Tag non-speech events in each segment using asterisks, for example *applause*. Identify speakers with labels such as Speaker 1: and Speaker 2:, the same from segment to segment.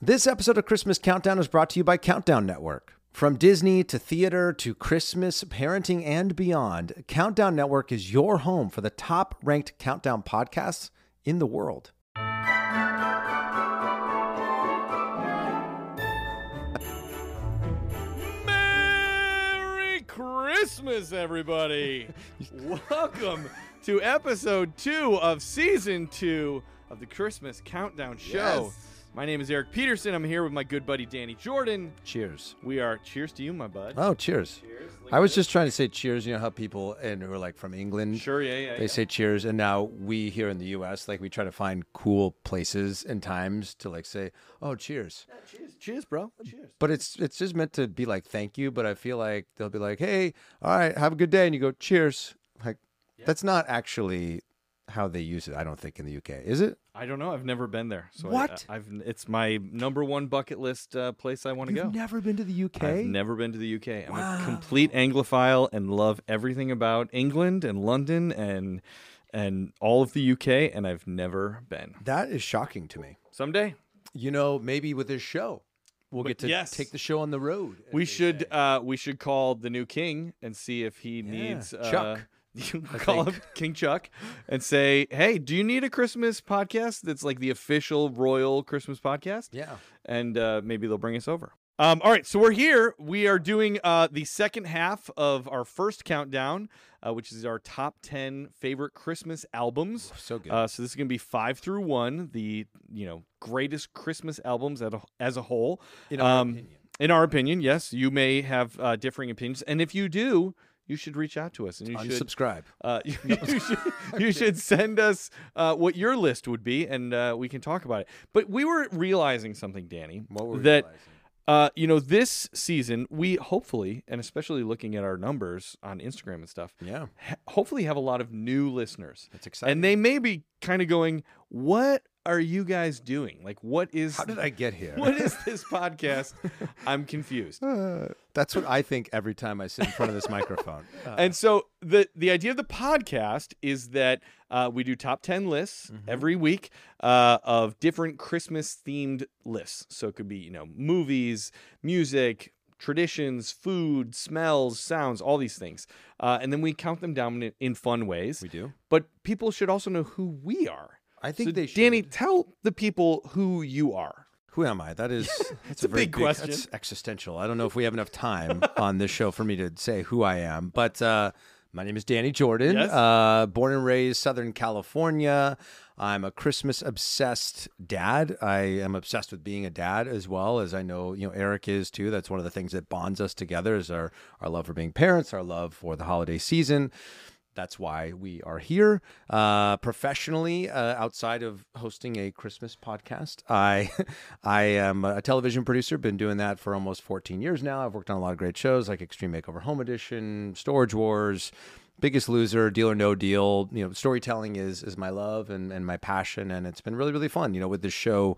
Speaker 1: This episode of Christmas Countdown is brought to you by Countdown Network. From Disney to theater to Christmas, parenting, and beyond, Countdown Network is your home for the top ranked countdown podcasts in the world.
Speaker 2: Merry Christmas, everybody! *laughs* Welcome to episode two of season two of the Christmas Countdown Show.
Speaker 3: Yes.
Speaker 2: My name is Eric Peterson. I'm here with my good buddy Danny Jordan.
Speaker 1: Cheers.
Speaker 2: We are cheers to you, my bud.
Speaker 1: Oh, cheers. I was just trying to say cheers. You know how people and who are like from England,
Speaker 2: Sure, yeah, yeah.
Speaker 1: they say cheers. And now we here in the US, like we try to find cool places and times to like say, oh, cheers.
Speaker 2: cheers, cheers, bro. Cheers.
Speaker 1: But it's it's just meant to be like thank you. But I feel like they'll be like, hey, all right, have a good day, and you go cheers. Like that's not actually how they use it. I don't think in the UK, is it?
Speaker 2: I don't know. I've never been there. So I-
Speaker 1: What?
Speaker 2: I, have It's my number one bucket list uh, place I want to
Speaker 1: You've
Speaker 2: go.
Speaker 1: never been to the UK.
Speaker 2: I've never been to the UK. I'm a complete Anglophile and love everything about England and London and and all of the UK, and I've never been.
Speaker 1: that is shocking to me.
Speaker 2: Someday
Speaker 1: You know, maybe with this show, we'll get to
Speaker 2: yes.
Speaker 1: take the show on the road.
Speaker 2: we should uh, we should call the new king and see if he needs uh,
Speaker 1: Chuck,
Speaker 2: *laughs* You call him King Chuck and say, "Hey, do you need a Christmas podcast that's like the official royal Christmas podcast?"
Speaker 1: Yeah.
Speaker 2: and uh, maybe they'll bring us over. Um, all right, so we're here. We are doing uh, the second half of our first countdown, uh, which is our top 10 favorite Christmas albums.
Speaker 1: So good.
Speaker 2: Uh, so this is going to be five through one, the you know greatest Christmas albums at a, as a whole. In our opinion, in our opinion, yes, you may have uh, differing opinions, and if you do, you should reach out to us and you should
Speaker 1: Unsubscribe.
Speaker 2: uh, *laughs* you, you should, you should send us uh, what your list would be, and uh, we can talk about it. But we were realizing something, Danny,
Speaker 1: What were we
Speaker 2: that
Speaker 1: realizing?
Speaker 2: uh, you know this season we hopefully, and especially looking at our numbers on Instagram and stuff,
Speaker 1: Yeah.
Speaker 2: ha- hopefully have a lot of new listeners.
Speaker 1: That's exciting.
Speaker 2: and they may be kind of going, "What are you guys doing? Like, what is
Speaker 1: How did I get here?
Speaker 2: *laughs* what is this podcast? I'm confused."
Speaker 1: That's what I think every time I sit in front of this
Speaker 2: *laughs*
Speaker 1: microphone. Uh,
Speaker 2: and so the the idea of the podcast is that uh, we do top 10 lists every week uh, of different christmas themed lists so it could be you know movies music traditions food smells sounds all these things uh, and then we count them down in, in fun ways
Speaker 1: we do.
Speaker 2: but people should also know who we are
Speaker 1: I think
Speaker 2: So,
Speaker 1: they should.
Speaker 2: danny tell the people who you are
Speaker 1: Who am I? That
Speaker 2: *laughs*
Speaker 1: is that's
Speaker 2: a big question.
Speaker 1: That's existential. I don't know if we have enough time *laughs* on this show for me to say who I am, but uh, my name is Danny Jordan.
Speaker 2: Yes.
Speaker 1: Uh, born and raised Southern California. I'm a Christmas obsessed dad. I am obsessed with being a dad as well as I know you know Eric is too. That's one of the things that bonds us together is our our love for being parents, our love for the holiday season. That's why we are here. Uh, professionally, uh, outside of hosting a Christmas podcast, I *laughs* I am a television producer. Been doing that for almost 14 years now. I've worked on a lot of great shows like Extreme Makeover Home Edition, Storage Wars, Biggest Loser, Deal or No Deal. You know, storytelling is is my love and and my passion, and it's been really really fun. You know, with this show,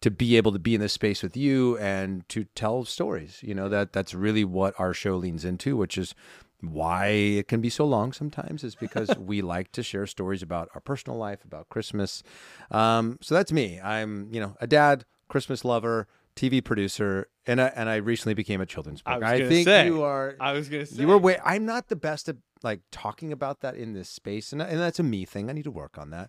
Speaker 1: to be able to be in this space with you and to tell stories. You know that that's really what our show leans into, which is why it can be so long sometimes is
Speaker 2: *laughs*
Speaker 1: because we like to share stories about our personal life, about Christmas. Um, so that's me. I'm, you know, a dad, Christmas lover, TV producer, and I and I recently became a children's book.
Speaker 2: was
Speaker 1: I,
Speaker 2: gonna
Speaker 1: think
Speaker 2: say.
Speaker 1: you are
Speaker 2: i was gonna say
Speaker 1: you were way I'm not the best at like talking about that in this space and, and that's a me thing. I need to work on that.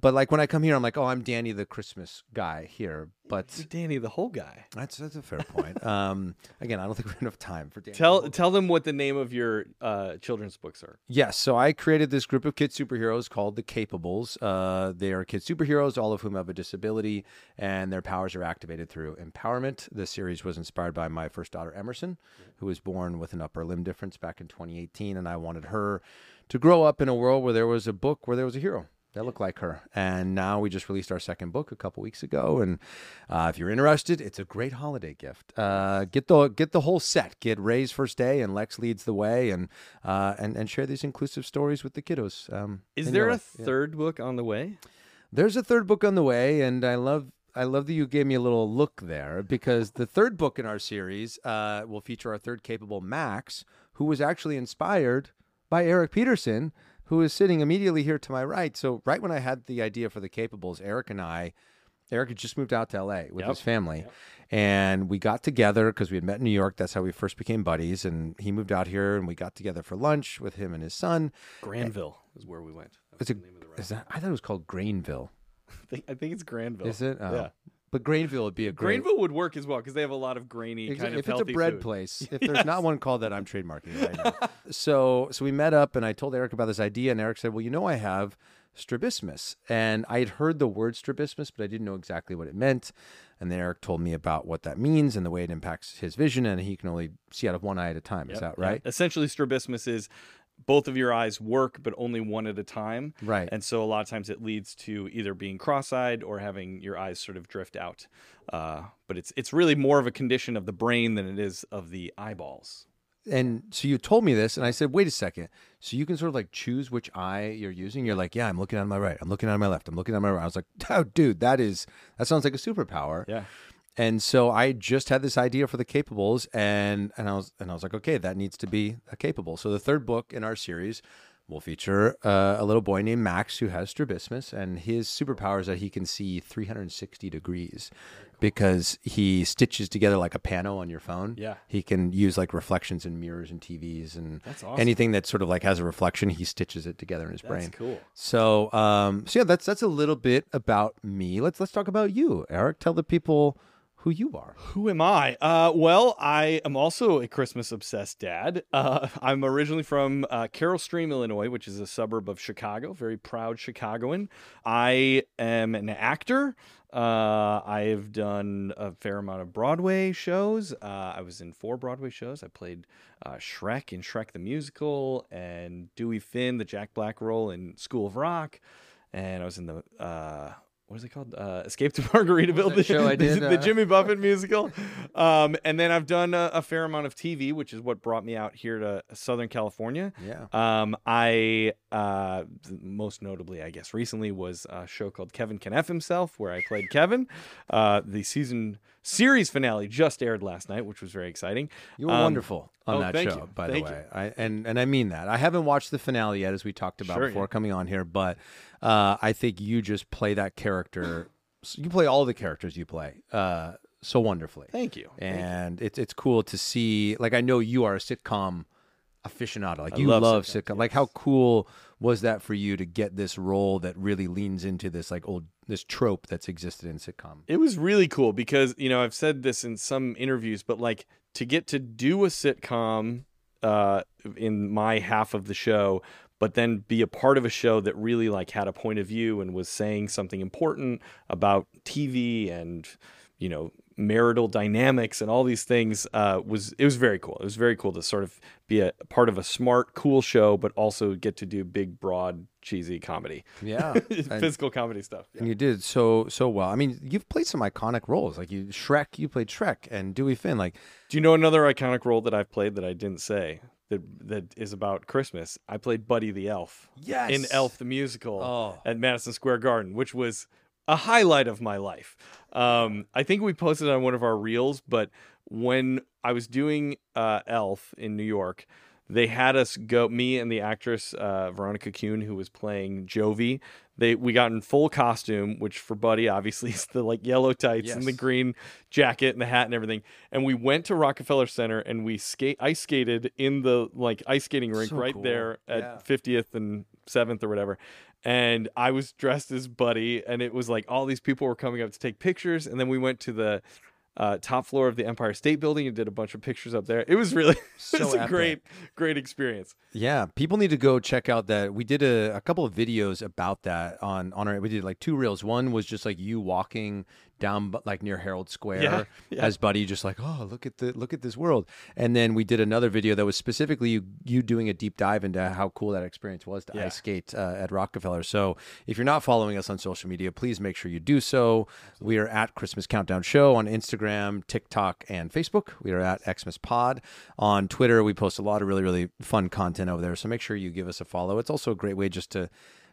Speaker 1: but like when I come here, I'm like, oh I'm Danny the Christmas guy here.
Speaker 2: *laughs*
Speaker 1: But
Speaker 2: danny the whole guy
Speaker 1: that's that's a fair point. Um again I don't think we have enough time for Danny.
Speaker 2: tell tell them what the name of your uh, children's books are
Speaker 1: Yes, so I created this group of kid superheroes called the Capables. Uh, they are kid superheroes, all of whom have a disability, and their powers are activated through empowerment. The series was inspired by my first daughter, Emerson, who was born with an upper limb difference back in 2018, and I wanted her to grow up in a world where there was a book where there was a hero that looked like her. And now we just released our second book a couple weeks ago. And uh, if you're interested, it's a great holiday gift. Uh, get the get the whole set. Get Ray's first day and Lex leads the way, and uh, and and share these inclusive stories with the kiddos. Um,
Speaker 2: Is
Speaker 1: in your
Speaker 2: there a
Speaker 1: life. Yeah.
Speaker 2: third book on the way?
Speaker 1: There's a third book on the way, and I love I love that you gave me a little look there because the third book in our series uh, will feature our third capable Max, who was actually inspired by Eric Peterson, who is sitting immediately here to my right. So right when I had the idea for the capables, Eric and I Eric had just moved out to LA with
Speaker 2: Yep.
Speaker 1: his family.
Speaker 2: Yep.
Speaker 1: And we got together because we had met in New York. That's how we first became buddies. And he moved out here and we got together for lunch with him and his son.
Speaker 2: Granville is where we went. *laughs* That
Speaker 1: It's
Speaker 2: was
Speaker 1: a-
Speaker 2: the name of the restaurant.
Speaker 1: Is that, I thought it was called Grainville.
Speaker 2: I think, I think it's Granville.
Speaker 1: Is it? Oh.
Speaker 2: Yeah.
Speaker 1: But Grainville would be a great.
Speaker 2: Granville would work as well because they have a lot of grainy
Speaker 1: Exa-
Speaker 2: kind of
Speaker 1: if it's a
Speaker 2: healthy
Speaker 1: bread
Speaker 2: food.
Speaker 1: place,
Speaker 2: *laughs*
Speaker 1: if there's not one called that, I'm trademarking it right now. so, so we met up, and I told Eric about this idea, and Eric said, "Well, you know, I have strabismus," and I had heard the word strabismus, but I didn't know exactly what it meant. And then Eric told me about what that means and the way it impacts his vision, and he can only see out of one eye at a time. Is that
Speaker 2: Yeah.
Speaker 1: right?
Speaker 2: Essentially, strabismus is both of your eyes work, but only one at a time.
Speaker 1: Right.
Speaker 2: And so a lot of times it leads to either being cross-eyed or having your eyes sort of drift out. Uh, but it's it's really more of a condition of the brain than it is of the eyeballs.
Speaker 1: And so you told me this, and I said, "Wait a second. So you can sort of like choose which eye you're using. You're like, yeah, I'm looking on my right. I'm looking on my left. I'm looking on my right." I was like, *laughs* "Oh, dude, that is that sounds like a superpower."
Speaker 2: Yeah.
Speaker 1: And so I just had this idea for the capables, and and I was and I was like, okay, that needs to be a capable. So the third book in our series will feature uh, a little boy named Max who has strabismus, and his superpower is that he can see 360 degrees because he stitches together like a panel on your phone.
Speaker 2: Yeah.
Speaker 1: he can use like reflections in mirrors and TVs and
Speaker 2: That's awesome.
Speaker 1: anything that sort of like has a reflection, he stitches it together in his brain.
Speaker 2: cool.
Speaker 1: So, um, so yeah, that's that's a little bit about me. Let's let's talk about you, Eric. Tell the people who you are.
Speaker 2: Who am I? Uh, well, I am also a Christmas obsessed dad. Uh, *laughs* I'm originally from uh, Carroll Stream, Illinois, which is a suburb of Chicago. Very proud Chicagoan. I am an actor. Uh, I have done a fair amount of Broadway shows. Uh, I was in four Broadway shows. I played uh, Shrek in Shrek the Musical and Dewey Finn, the Jack Black role in School of Rock. And I was in the. Uh, what is it called? Uh, Escape to *laughs* Margaritaville.
Speaker 1: that show I
Speaker 2: the-
Speaker 1: did,
Speaker 2: the
Speaker 1: uh,
Speaker 2: Jim Jimmy Buffett musical. Um, and then I've done a, a fair amount of TV, which is what brought me out here to Southern California.
Speaker 1: Yeah.
Speaker 2: Um, I uh, th- most notably, I guess, recently was a show called Kevin Can F Himself, where I played Kevin. Uh, the season series finale just aired last night, which was very exciting.
Speaker 1: You were
Speaker 2: Um,
Speaker 1: wonderful on
Speaker 2: oh,
Speaker 1: that
Speaker 2: thank
Speaker 1: show,
Speaker 2: you.
Speaker 1: by
Speaker 2: Thank
Speaker 1: the
Speaker 2: you.
Speaker 1: way. I and and I mean that. I haven't watched the finale yet, as we talked about
Speaker 2: Sure,
Speaker 1: before
Speaker 2: yeah.
Speaker 1: coming on here, but uh, I think you just play that character. so you play all the characters you play uh, so wonderfully,
Speaker 2: Thank you. Thank you.
Speaker 1: and it's it's cool to see. Like I know you are a sitcom aficionado. Like you love,
Speaker 2: love
Speaker 1: sitcom.
Speaker 2: sitcoms,
Speaker 1: Like how cool was that for you to get this role that really leans into this like old this trope that's existed in sitcom.
Speaker 2: It was really cool because, you know, I've said this in some interviews, but like to get to do a sitcom uh, in my half of the show, but then be a part of a show that really like had a point of view and was saying something important about TV and, you know, marital dynamics and all these things uh, was it was very cool. It was very cool to sort of be a part of a smart, cool show, but also get to do big, broad, cheesy comedy, *laughs*
Speaker 1: Yeah, and,
Speaker 2: physical comedy stuff.
Speaker 1: and you did so so well. I mean, you've played some iconic roles. Like you Shrek, you played Shrek and Dewey Finn. Like
Speaker 2: Do you know another iconic role that I've played that I didn't say that that is about Christmas? I played Buddy the Elf
Speaker 1: yes,
Speaker 2: in Elf the Musical
Speaker 1: Oh.
Speaker 2: at Madison Square Garden, which was a highlight of my life. Um, I think we posted it on one of our reels, but when I was doing uh, Elf in New York, they had us go. Me and the actress uh, Veronica Kuhn, who was playing Jovi, they we got in full costume, which for Buddy obviously *laughs* is the like yellow tights and the
Speaker 1: Yes.
Speaker 2: green jacket and the hat and everything. And we went to Rockefeller Center and we skate ice skated in the like ice skating rink
Speaker 1: So
Speaker 2: right
Speaker 1: cool.
Speaker 2: there at
Speaker 1: Yeah.
Speaker 2: 50th and 7th or whatever. And I was dressed as Buddy, and it was like all these people were coming up to take pictures. And then we went to the uh, top floor of the Empire State Building and did a bunch of pictures up there. It was really *laughs*
Speaker 1: So
Speaker 2: it was a
Speaker 1: epic.
Speaker 2: great, great experience.
Speaker 1: Yeah, people need to go check out that. We did a, a couple of videos about that on on our. We did like two reels. One was just like you walking down bu- like near Herald Square
Speaker 2: Yeah, yeah.
Speaker 1: as Buddy, just like oh look at the look at this world. And then we did another video that was specifically you you doing a deep dive into how cool that experience was to
Speaker 2: Yeah.
Speaker 1: ice skate uh, at Rockefeller. So if you're not following us on social media, please make sure you do so. We are at Christmas Countdown Show on Instagram, TikTok, and Facebook. We are at Xmas Pod on Twitter. We post a lot of really really fun content over there. So make sure you give us a follow. It's also a great way just to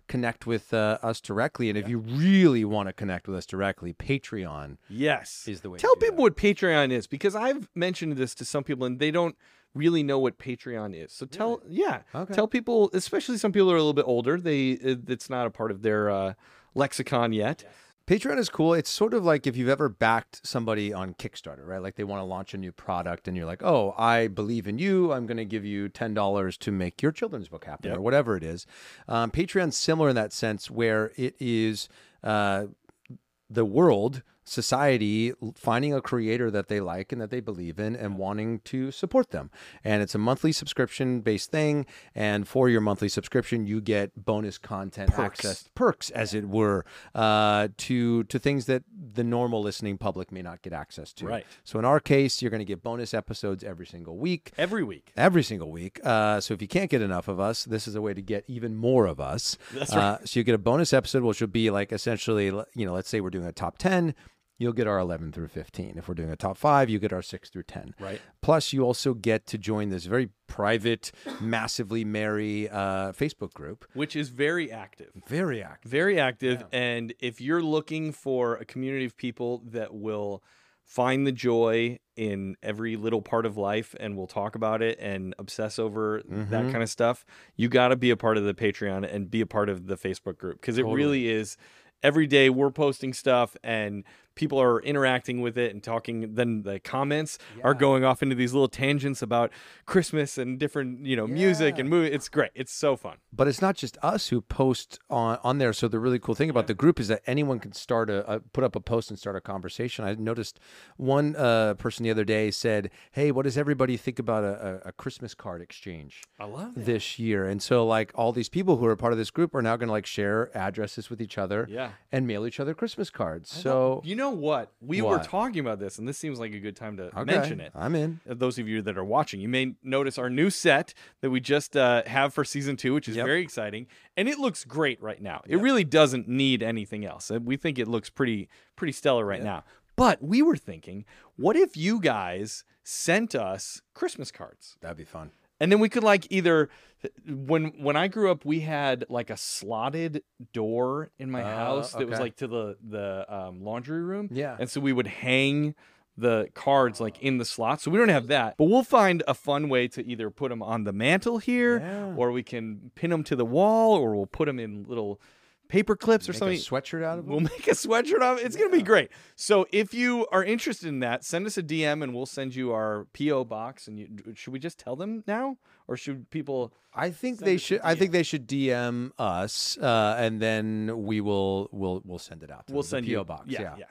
Speaker 1: connect with uh, us directly. And if you really want to connect with us directly, Patreon
Speaker 2: Yes.
Speaker 1: is the way. to
Speaker 2: Tell
Speaker 1: do
Speaker 2: people what Patreon is because I've mentioned this to some people and they don't really know what Patreon is. So tell, yeah,
Speaker 1: Okay.
Speaker 2: tell people, especially some people who are a little bit older. They it- it's not a part of their uh, lexicon yet.
Speaker 1: Patreon is cool. It's sort of like if you've ever backed somebody on Kickstarter, right? Like they want to launch a new product and you're like, oh, I believe in you. I'm going to give you $10 to make your children's book happen or whatever it is. Um, Patreon's similar in that sense where it is uh, the world, society, l- finding a creator that they like and that they believe in and wanting to support them. And it's a monthly subscription based thing. And for your monthly subscription, you get bonus content
Speaker 2: Perks.
Speaker 1: access perks, as it were, uh, to to things that the normal listening public may not get access to.
Speaker 2: Right.
Speaker 1: So in our case, you're going to get bonus episodes every single week.
Speaker 2: Every week.
Speaker 1: Every single week. Uh, so if you can't get enough of us, this is a way to get even more of us.
Speaker 2: That's
Speaker 1: Uh, so you get a bonus episode, which will be like essentially, l- you know, let's say we're doing a top 10, you'll get our 11 through 15. If we're doing a top five, you get our six through 10.
Speaker 2: Right.
Speaker 1: Plus, you also get to join this very private, massively merry uh, Facebook group.
Speaker 2: Which is very active.
Speaker 1: Very active.
Speaker 2: Very active. And if you're looking for a community of people that will find the joy in every little part of life and will talk about it and obsess over that kind of stuff, you got to be a part of the Patreon and be a part of the Facebook group because it really is every day we're posting stuff and people are interacting with it and talking then the comments are going off into these little tangents about christmas and different you know music and movie it's great it's so fun
Speaker 1: But it's not just us who post on, on there. So the really cool thing about the group is that anyone can start a, a put up a post and start a conversation. I noticed one uh, person the other day said, "Hey, what does everybody think about a, a, a Christmas card exchange?"
Speaker 2: i love
Speaker 1: this year. And so like all these people who are part of this group are now going to like share addresses with each other
Speaker 2: Yeah.
Speaker 1: and mail each other Christmas cards. so
Speaker 2: You know what? We were
Speaker 1: What?
Speaker 2: talking about this, and this seems like a good time to
Speaker 1: Okay,
Speaker 2: mention it.
Speaker 1: I'm in.
Speaker 2: Uh, Those of you that are watching, you may notice our new set that we just uh, have for season two, which is
Speaker 1: Yep.
Speaker 2: very exciting, and it looks great right now. It really doesn't need anything else. Uh, We think it looks pretty pretty stellar right now. But we were thinking, what if you guys sent us Christmas cards?
Speaker 1: That'd be fun.
Speaker 2: and then we could like either when when I grew up, we had like a slotted door in my
Speaker 1: Oh,
Speaker 2: house that was
Speaker 1: okay.
Speaker 2: like to the the um, laundry room.
Speaker 1: Yeah.
Speaker 2: and so we would hang the cards like in the slot. So we don't have that, but we'll find a fun way to either put them on the mantle here,
Speaker 1: Yeah.
Speaker 2: or we can pin them to the wall, or we'll put them in little paper clips or
Speaker 1: Make
Speaker 2: something.
Speaker 1: a sweatshirt out of it.
Speaker 2: We'll make a sweatshirt off. It's gonna be great. So if you are interested in that, send us a DM and we'll send you our PO box. And you, should we just tell them now, or should people?
Speaker 1: I think they
Speaker 2: us a
Speaker 1: should I
Speaker 2: DM.
Speaker 1: think they should DM us uh, and then we will we'll we'll send it out. to
Speaker 2: We'll
Speaker 1: them, the
Speaker 2: send
Speaker 1: PO
Speaker 2: you
Speaker 1: box.
Speaker 2: Yeah,
Speaker 1: Yeah.
Speaker 2: yeah.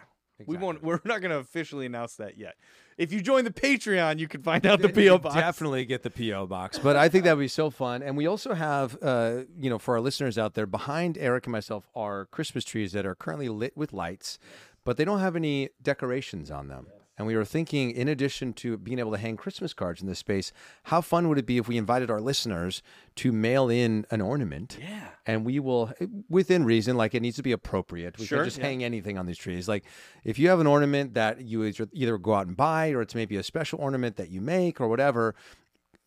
Speaker 2: We won't. We're not gonna officially announce that yet. If you join the Patreon, you can
Speaker 1: *laughs*
Speaker 2: find out the
Speaker 1: You
Speaker 2: PO box.
Speaker 1: Definitely get the PO box. But I think that would be so fun. And we also have, uh, you know, for our listeners out there, behind Eric and myself are Christmas trees that are currently lit with lights, but they don't have any decorations on them. And we were thinking, in addition to being able to hang Christmas cards in this space, how fun would it be if we invited our listeners to mail in an ornament?
Speaker 2: Yeah.
Speaker 1: And we will, eh, within reason, like it needs to be appropriate. We
Speaker 2: Sure,
Speaker 1: can't just
Speaker 2: yeah.
Speaker 1: hang anything on these trees. Like if you have an ornament that you either- either go out and buy, or it's maybe a special ornament that you make, or whatever,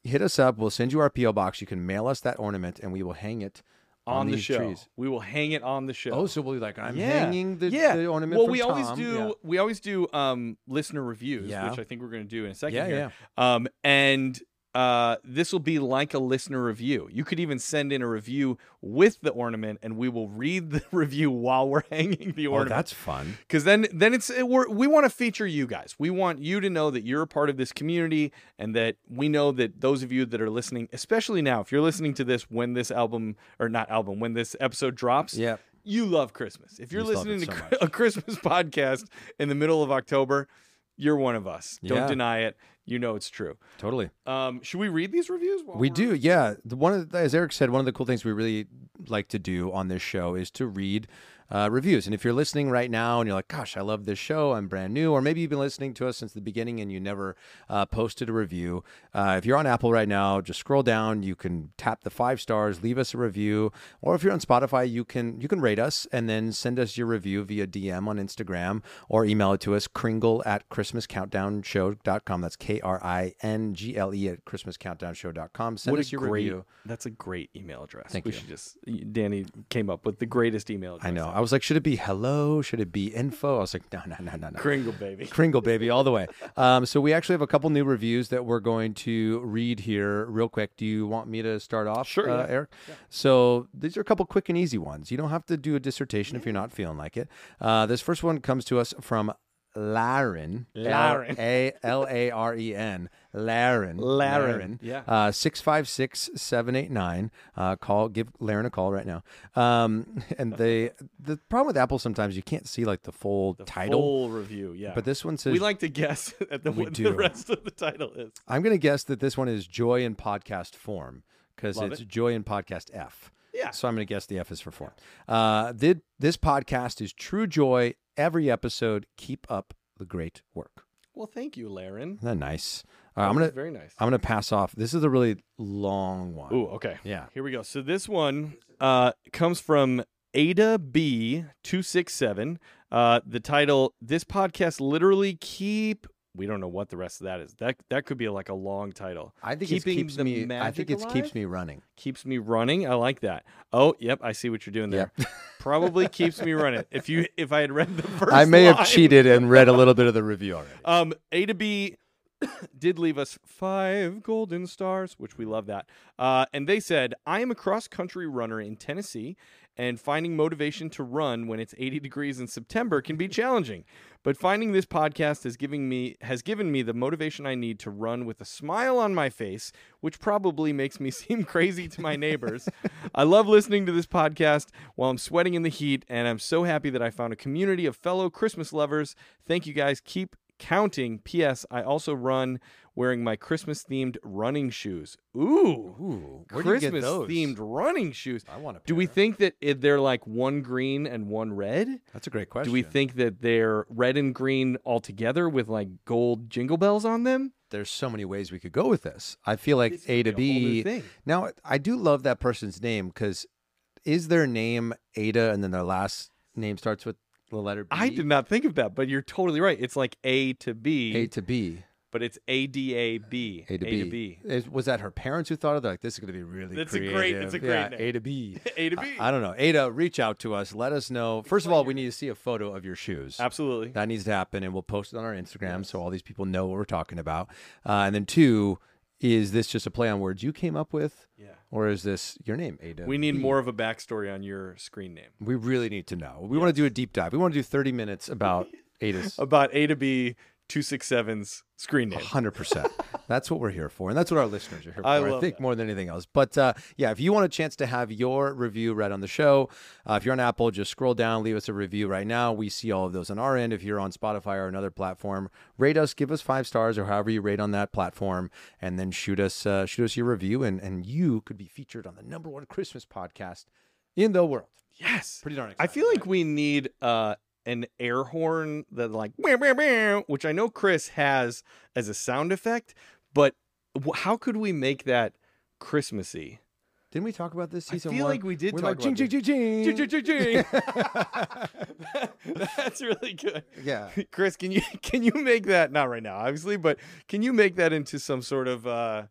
Speaker 1: hit us up. We'll send you our PO box. You can mail us that ornament, and we will hang it on,
Speaker 2: On the
Speaker 1: these
Speaker 2: show,
Speaker 1: trees.
Speaker 2: we will hang it on the show.
Speaker 1: Oh, so we'll be like, I'm hanging the, the ornament.
Speaker 2: Well,
Speaker 1: from
Speaker 2: we always
Speaker 1: Tom.
Speaker 2: do.
Speaker 1: Yeah.
Speaker 2: We always do um, listener reviews,
Speaker 1: Yeah.
Speaker 2: which I think we're going to do in a second.
Speaker 1: Yeah,
Speaker 2: here. yeah. Um, and uh, this will be like a listener review. You could even send in a review with the ornament, and we will read the *laughs* review while we're hanging the
Speaker 1: Oh,
Speaker 2: ornament.
Speaker 1: that's fun.
Speaker 2: Because then, then it's it, we're, we want to feature you guys. We want you to know that you're a part of this community, and that we know that those of you that are listening, especially now, if you're listening to this when this album or not album when this episode drops,
Speaker 1: Yep.
Speaker 2: you love Christmas. If you're
Speaker 1: just love it
Speaker 2: listening to
Speaker 1: so
Speaker 2: cr-
Speaker 1: much.
Speaker 2: *laughs* a Christmas podcast in the middle of October, you're one of us. Don't
Speaker 1: Yeah.
Speaker 2: deny it. You know it's true.
Speaker 1: Totally.
Speaker 2: Um, should we read these reviews? while
Speaker 1: We
Speaker 2: we're-
Speaker 1: do, yeah. The, one of the, as Eric said, one of the cool things we really like to do on this show is to read uh, reviews. And if you're listening right now and you're like, "Gosh, I love this show. I'm brand new," or maybe you've been listening to us since the beginning and you never uh, posted a review. Uh, if you're on Apple right now, just scroll down. You can tap the five stars, leave us a review, or if you're on Spotify, you can you can rate us and then send us your review via DM on Instagram or email it to us kringle at christmascountdownshow.com. That's K R I N G L E at christmascountdownshow.com. Send
Speaker 2: What
Speaker 1: us
Speaker 2: a
Speaker 1: your
Speaker 2: great,
Speaker 1: review.
Speaker 2: That's a great email address.
Speaker 1: Thank
Speaker 2: we
Speaker 1: you.
Speaker 2: should just Danny came up with the greatest email address.
Speaker 1: I know. I I was like, should it be hello? Should it be info? I was like, no, no, no, no, no.
Speaker 2: Kringle, baby.
Speaker 1: Kringle, baby, all the way. Um, so we actually have a couple new reviews that we're going to read here real quick. Do you want me to start off,
Speaker 2: Sure,
Speaker 1: uh,
Speaker 2: yeah.
Speaker 1: Eric? So these are a couple quick and easy ones. You don't have to do a dissertation if you're not feeling like it. Uh, this first one comes to us from Laren.
Speaker 2: Laren.
Speaker 1: A L A R E N. Laren.
Speaker 2: Laren, yeah.
Speaker 1: Uh, 656-789. Uh, call, give Laren a call right now. Um, and they, the problem with Apple sometimes you can't see like the full title.
Speaker 2: Full review, yeah.
Speaker 1: But this one says,
Speaker 2: we like to guess *laughs* at the, what the
Speaker 1: do.
Speaker 2: rest of the title is.
Speaker 1: I'm going to guess that this one is joy in podcast form because
Speaker 2: Love
Speaker 1: it's joy in podcast F.
Speaker 2: Yeah.
Speaker 1: So I'm going to guess the F is for form. Uh, did this podcast is true joy every episode. Keep up the great work.
Speaker 2: Well, thank you, Laren.
Speaker 1: Isn't that nice? All right, I'm gonna
Speaker 2: Very nice.
Speaker 1: I'm gonna pass off. This is a really long one.
Speaker 2: Ooh, okay.
Speaker 1: Yeah.
Speaker 2: Here we go. So this one uh, comes from Ada B two six seven. Uh, the title: This podcast literally keep. We don't know what the rest of that is. That that could be like a long title.
Speaker 1: I think it
Speaker 2: Keeping
Speaker 1: keeps
Speaker 2: the
Speaker 1: me. I think
Speaker 2: magic
Speaker 1: it keeps
Speaker 2: alive?
Speaker 1: me running.
Speaker 2: Keeps me running. I like that. Oh, yep. I see what you're doing there. Probably keeps me running. If you if I had read the
Speaker 1: *laughs*
Speaker 2: first,
Speaker 1: I may have
Speaker 2: line-
Speaker 1: cheated and read a little bit of the review already.
Speaker 2: Um, A to B *coughs* did leave us five golden stars, which we love that. Uh, and they said, I am a cross country runner in Tennessee, and finding motivation to run when it's 80 degrees in September can be challenging. But finding this podcast has giving me has given me the motivation I need to run with a smile on my face, which probably makes me *laughs* seem crazy to my neighbors. I love listening to this podcast while I'm sweating in the heat, and I'm so happy that I found a community of fellow Christmas lovers. Thank you guys. Keep counting. P.S. I also run wearing my Christmas themed running shoes. Ooh,
Speaker 1: *laughs* Ooh, where do you get
Speaker 2: Christmas
Speaker 1: those?
Speaker 2: themed running shoes.
Speaker 1: I want to.
Speaker 2: Do we think that i- they're like one green and one red?
Speaker 1: That's a great question.
Speaker 2: Do we think that they're red and green all together with like gold jingle bells on them?
Speaker 1: there's so many ways we could go with this. I feel like
Speaker 2: This
Speaker 1: A to
Speaker 2: could be a whole new
Speaker 1: B.
Speaker 2: thing.
Speaker 1: Now, I do love that person's name because is their name Ada and then their last name starts with the letter B?
Speaker 2: I did not think of that, but you're totally right. It's like A to B,
Speaker 1: A to B.
Speaker 2: but it's A D A B.
Speaker 1: A to B. Is- was that her parents who thought of it? Like, this is going to be really
Speaker 2: That's a
Speaker 1: creative.
Speaker 2: great- that's a great
Speaker 1: yeah,
Speaker 2: name.
Speaker 1: *laughs* A to B.
Speaker 2: A to B.
Speaker 1: I, I don't know. Ada, reach out to us. Let us know. First of all, we need to see a photo of your shoes.
Speaker 2: Absolutely.
Speaker 1: That needs to happen, and we'll post it on our Instagram so all these people know what we're talking about. Uh, and then two, is this just a play on words you came up with?
Speaker 2: Yeah.
Speaker 1: Or is this your name, Ada?
Speaker 2: We need
Speaker 1: B?
Speaker 2: more of a backstory on your screen name.
Speaker 1: We really need to know. We want to do a deep dive. We want to do 30 minutes
Speaker 2: *laughs*
Speaker 1: about Ada's
Speaker 2: About A to B 267's screen name.
Speaker 1: 100%. That's what we're here for. And that's what our listeners are here for,
Speaker 2: I
Speaker 1: I,
Speaker 2: love
Speaker 1: think,
Speaker 2: that.
Speaker 1: more than anything else. But uh, yeah, if you want a chance to have your review read on the show, uh, if you're on Apple, just scroll down, leave us a review right now. We see all of those on our end. If you're on Spotify or another platform, rate us, give us five stars or however you rate on that platform, and then shoot us uh, shoot us your review. And, and you could be featured on the number one Christmas podcast in the world.
Speaker 2: Yes.
Speaker 1: Pretty darn
Speaker 2: I
Speaker 1: exciting.
Speaker 2: feel like we need uh an air horn that like "Meow, meow, meow," which I know Chris has as a sound effect, but wh- how could we make that Christmassy?
Speaker 1: Didn't we talk about this
Speaker 2: I
Speaker 1: season
Speaker 2: feel
Speaker 1: one?
Speaker 2: like we did
Speaker 1: We're like,
Speaker 2: talk about
Speaker 1: "Jing, jing,
Speaker 2: this.
Speaker 1: jing,
Speaker 2: Ching,
Speaker 1: jing."
Speaker 2: ching, ching, ching. *laughs* That's really good.
Speaker 1: *laughs* Yeah.
Speaker 2: *laughs* Chris, can you can you make that not right now, obviously, but can you make that into some sort of uh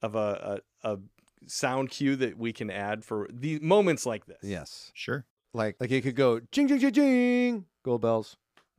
Speaker 2: of a a, a sound cue that we can add for the moments like this?
Speaker 1: Yes.
Speaker 3: Sure.
Speaker 1: Like like it could go jing jing jing jing gold bells.
Speaker 2: *laughs*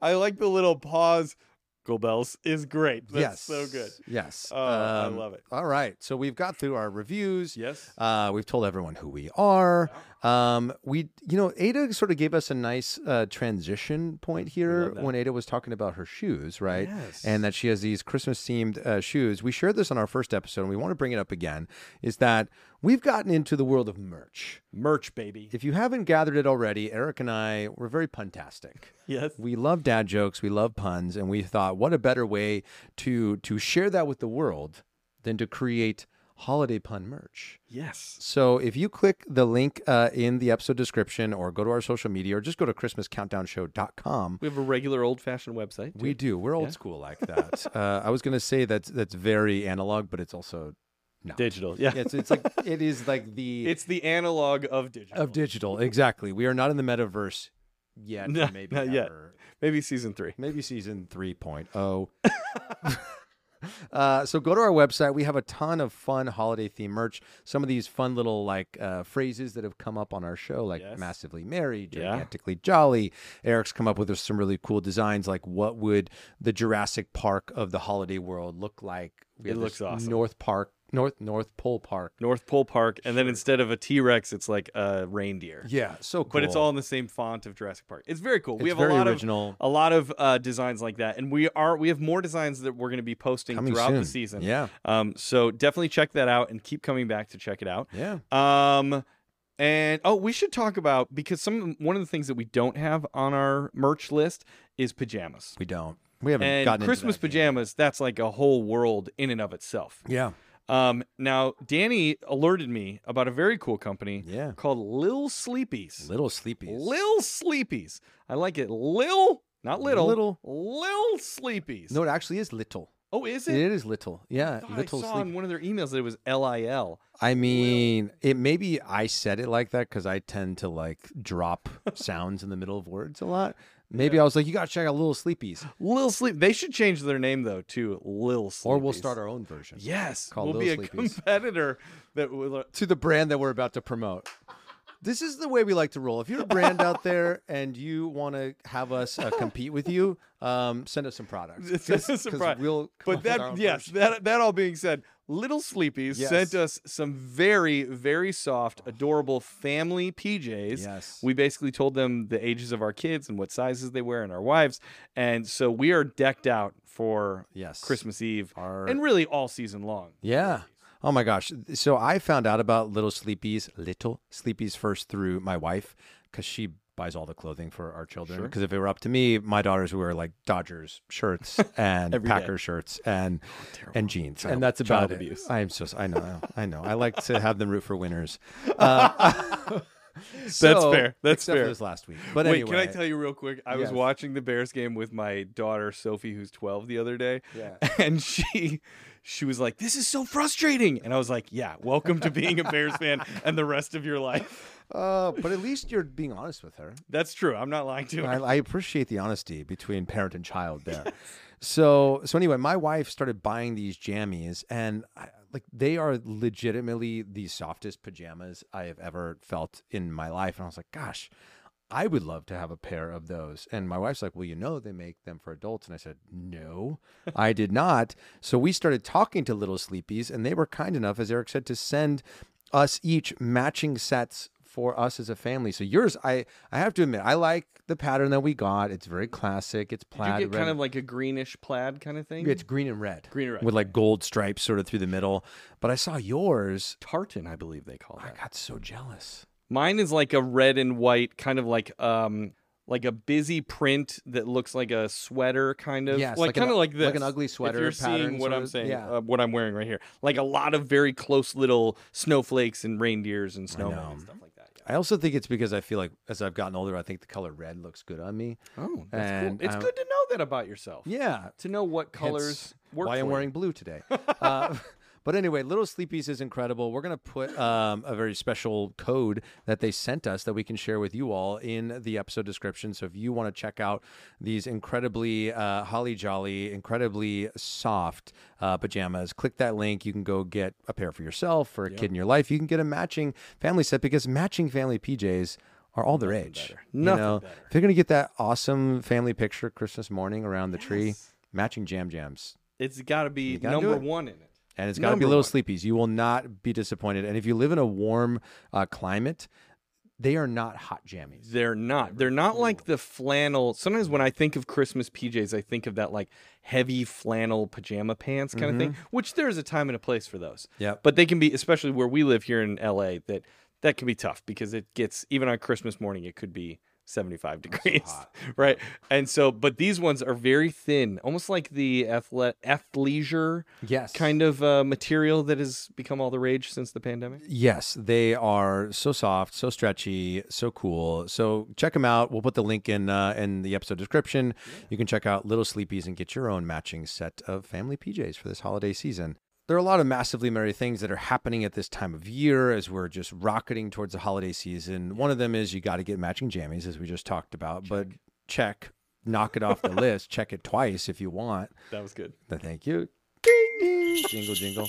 Speaker 2: I like the little pause. Go bells is great. That's so
Speaker 1: yes.
Speaker 2: good.
Speaker 1: Yes. Um,
Speaker 2: Oh, I love it.
Speaker 1: All right. So we've got through our reviews.
Speaker 2: Yes.
Speaker 1: Uh, we've told everyone who we are. Um, we, you know, Ada sort of gave us a nice uh, transition point here
Speaker 2: love that.
Speaker 1: when Ada was talking about her shoes, right?
Speaker 2: Yes.
Speaker 1: And that she has these Christmas themed uh, shoes. We shared this on our first episode, and we want to bring it up again. Is that we've gotten into the world of merch.
Speaker 2: Merch, baby.
Speaker 1: If you haven't gathered it already, Eric and I were very puntastic.
Speaker 2: Yes.
Speaker 1: We love dad jokes, we love puns, and we thought what a better way to to share that with the world than to create holiday pun merch.
Speaker 2: Yes.
Speaker 1: So if you click the link uh, in the episode description or go to our social media or just go to christmascountdownshow.com,
Speaker 2: We have a regular old fashioned website.
Speaker 1: we
Speaker 2: too.
Speaker 1: do. We're old
Speaker 2: Yeah.
Speaker 1: school like that.
Speaker 2: *laughs*
Speaker 1: uh, I was going to say that's that's very analog, but it's also
Speaker 2: digital. Yeah.
Speaker 1: it's it's like it is like the
Speaker 2: It's the analog of digital.
Speaker 1: of digital. Exactly. We are not in the metaverse
Speaker 2: *laughs*
Speaker 1: yet.
Speaker 2: No,
Speaker 1: maybe
Speaker 2: not yet.
Speaker 1: ever.
Speaker 2: Maybe season three.
Speaker 1: Maybe season 3.0. oh. *laughs* Uh, so go to our website. We have a ton of fun holiday theme merch. Some of these fun little like uh, phrases that have come up on our show, like
Speaker 2: Yes.
Speaker 1: massively merry,
Speaker 2: Yeah.
Speaker 1: gigantically jolly. Eric's come up with some really cool designs, like what would the Jurassic Park of the holiday world look like? We
Speaker 2: It
Speaker 1: have this
Speaker 2: looks awesome.
Speaker 1: North Park, North North Pole Park.
Speaker 2: North Pole Park, and then instead of a T Rex, it's like a reindeer.
Speaker 1: Yeah, so cool.
Speaker 2: But it's all in the same font of Jurassic Park. It's very cool.
Speaker 1: It's
Speaker 2: we have
Speaker 1: very
Speaker 2: a lot
Speaker 1: original.
Speaker 2: of a lot of uh, designs like that, and we are we have more designs that we're going to be posting
Speaker 1: Coming
Speaker 2: throughout
Speaker 1: soon.
Speaker 2: the season.
Speaker 1: Yeah,
Speaker 2: Um, so definitely check that out and keep coming back to check it out.
Speaker 1: yeah.
Speaker 2: Um, and oh, we should talk about because some one of the things that we don't have on our merch list is pajamas.
Speaker 1: We don't. We haven't
Speaker 2: And
Speaker 1: gotten
Speaker 2: Christmas
Speaker 1: into that yet.
Speaker 2: pajamas, that's like a whole world in and of itself. Um, now Danny alerted me about a very cool company
Speaker 1: Yeah, yeah.
Speaker 2: called Lil Sleepies.
Speaker 1: Little sleepy.
Speaker 2: Lil Sleepies. I like it. Lil, not little.
Speaker 1: Little.
Speaker 2: Lil Sleepies.
Speaker 1: No, it actually is little.
Speaker 2: Oh, is it?
Speaker 1: It is little. Yeah,
Speaker 2: God,
Speaker 1: little
Speaker 2: I saw
Speaker 1: sleep.
Speaker 2: in one of their emails that it was L I L.
Speaker 1: I mean, it maybe I said it like that because I tend to like
Speaker 2: *laughs*
Speaker 1: drop sounds in the middle of words a lot. Maybe I was like, you got to check out Little Sleepies,
Speaker 2: Lil Sleep. They should change their name though to Lil Sleepies.
Speaker 1: or we'll start our own version
Speaker 2: Yes,
Speaker 1: Called
Speaker 2: we'll
Speaker 1: Lil
Speaker 2: be a
Speaker 1: Sleepies.
Speaker 2: competitor that will.
Speaker 1: to the brand that we're about to promote. This is the way we like to roll. If you're a brand out there and you want to have us uh, compete with you, um, send us some products.
Speaker 2: *laughs* Send us some
Speaker 1: 'cause
Speaker 2: product.
Speaker 1: We'll come
Speaker 2: But
Speaker 1: up with our
Speaker 2: that
Speaker 1: own
Speaker 2: yes,
Speaker 1: version.
Speaker 2: that that all being said, Little Sleepies
Speaker 1: Yes.
Speaker 2: sent us some very very soft, adorable family PJs.
Speaker 1: Yes.
Speaker 2: We basically told them the ages of our kids and what sizes they wear and our wives, and so we are decked out for
Speaker 1: yes.
Speaker 2: Christmas Eve
Speaker 1: Our-
Speaker 2: and really all season long.
Speaker 1: Yeah. Oh my gosh. So I found out about Little Sleepies, Little Sleepies first through my wife because she buys all the clothing for our children.
Speaker 2: Sure.
Speaker 1: Because if it were up to me, my daughters would wear like Dodgers
Speaker 2: *laughs*
Speaker 1: shirts and
Speaker 2: Every day. Oh,
Speaker 1: Packer shirts and and jeans,
Speaker 2: Child-
Speaker 1: and that's about
Speaker 2: child
Speaker 1: it.
Speaker 2: abuse.
Speaker 1: I am so I know I know. I like to have them root for
Speaker 2: *laughs*
Speaker 1: winners. Uh, so-
Speaker 2: fair. That's
Speaker 1: except for
Speaker 2: fair.
Speaker 1: this last week, but
Speaker 2: Wait,
Speaker 1: anyway,
Speaker 2: can I tell you real quick? I was
Speaker 1: Yes.
Speaker 2: watching the Bears game with my daughter Sophie, who's 12, the other day.
Speaker 1: Yeah.
Speaker 2: *laughs* And she she was like, This is so frustrating. And I was like, Yeah, welcome to being a Bears fan *laughs* and the rest of your life.
Speaker 1: Uh, but at least you're being honest with her.
Speaker 2: That's true. I'm not lying to her.
Speaker 1: I, I appreciate the honesty between parent and child there. So, so anyway, my wife started buying these jammies, and I, like they are legitimately the softest pajamas I have ever felt in my life. And I was like, gosh, I would love to have a pair of those. And my wife's like, well, you know, they make them for adults. And I said, no, I did not. So we started talking to Little Sleepies, and they were kind enough, as Eric said, to send us each matching sets for us as a family. So yours, I I have to admit, I like the pattern that we got. It's very classic. It's
Speaker 2: Did
Speaker 1: plaid.
Speaker 2: you get kind
Speaker 1: red-
Speaker 2: of like a greenish plaid kind of thing?
Speaker 1: it's green and red.
Speaker 2: Green and red,
Speaker 1: With like gold stripes sort of through the middle. But I saw yours.
Speaker 2: tartan, I believe they call
Speaker 1: I
Speaker 2: that.
Speaker 1: got so jealous.
Speaker 2: Mine is like a red and white, kind of like um like a busy print that looks like a sweater, kind of
Speaker 1: Yes,
Speaker 2: like,
Speaker 1: like an-
Speaker 2: kind of like
Speaker 1: like
Speaker 2: this,
Speaker 1: an ugly sweater
Speaker 2: If you're
Speaker 1: pattern
Speaker 2: seeing what
Speaker 1: sort
Speaker 2: I'm
Speaker 1: of-
Speaker 2: saying,
Speaker 1: yeah.
Speaker 2: uh, what I'm wearing right here, like a lot of very close little snowflakes and reindeers and snowmen and stuff like that.
Speaker 1: I also think it's because I feel like as I've gotten older, I think the color red looks good on me.
Speaker 2: Oh,
Speaker 1: that's cool. And,
Speaker 2: It's
Speaker 1: um,
Speaker 2: good to know that about yourself.
Speaker 1: Yeah.
Speaker 2: To know what colors
Speaker 1: Hence
Speaker 2: work.
Speaker 1: why
Speaker 2: for
Speaker 1: I'm
Speaker 2: you.
Speaker 1: wearing blue
Speaker 2: *laughs*
Speaker 1: today. Uh, *laughs* but anyway, Little Sleepies is incredible. We're gonna put um, a very special code that they sent us that we can share with you all in the episode description. So if you want to check out these incredibly uh, holly jolly, incredibly soft uh, pajamas, click that link. You can go get a pair for yourself for a kid in your life. You can get a matching family set because matching family PJs. Are all their age.
Speaker 2: Nothing better.
Speaker 1: If you're gonna get that awesome family picture Christmas morning around the tree, matching jam jams.
Speaker 2: It's got to be
Speaker 1: gotta do
Speaker 2: number
Speaker 1: it.
Speaker 2: one in it.
Speaker 1: And it's got to be
Speaker 2: Number
Speaker 1: little
Speaker 2: one.
Speaker 1: sleepies. You will not be disappointed. And if you live in a warm uh, climate, they are not hot jammies.
Speaker 2: They're not. They're not like the flannel. Sometimes when I think of Christmas PJs, I think of that like heavy flannel pajama pants kind of thing, which there's a time and a place for those.
Speaker 1: Yep.
Speaker 2: But they can be, especially where we live here in LA, that that can be tough because it gets even on Christmas morning, it could be 75 degrees, *laughs* right? And so, but these ones are very thin, almost like the athle- athleisure
Speaker 1: Yes.
Speaker 2: kind of uh, material that has become all the rage since the pandemic.
Speaker 1: Yes, they are so soft, so stretchy, so cool. So check them out. We'll put the link in uh, in the episode description. You can check out Little Sleepies and get your own matching set of family PJs for this holiday season. There are a lot of massively merry things that are happening at this time of year as we're just rocketing towards the holiday season. One of them is you got to get matching jammies, as we just talked about. But check, knock it off the list. Check it twice if you want.
Speaker 2: That was good.
Speaker 1: Then Thank you. *laughs* jingle, jingle.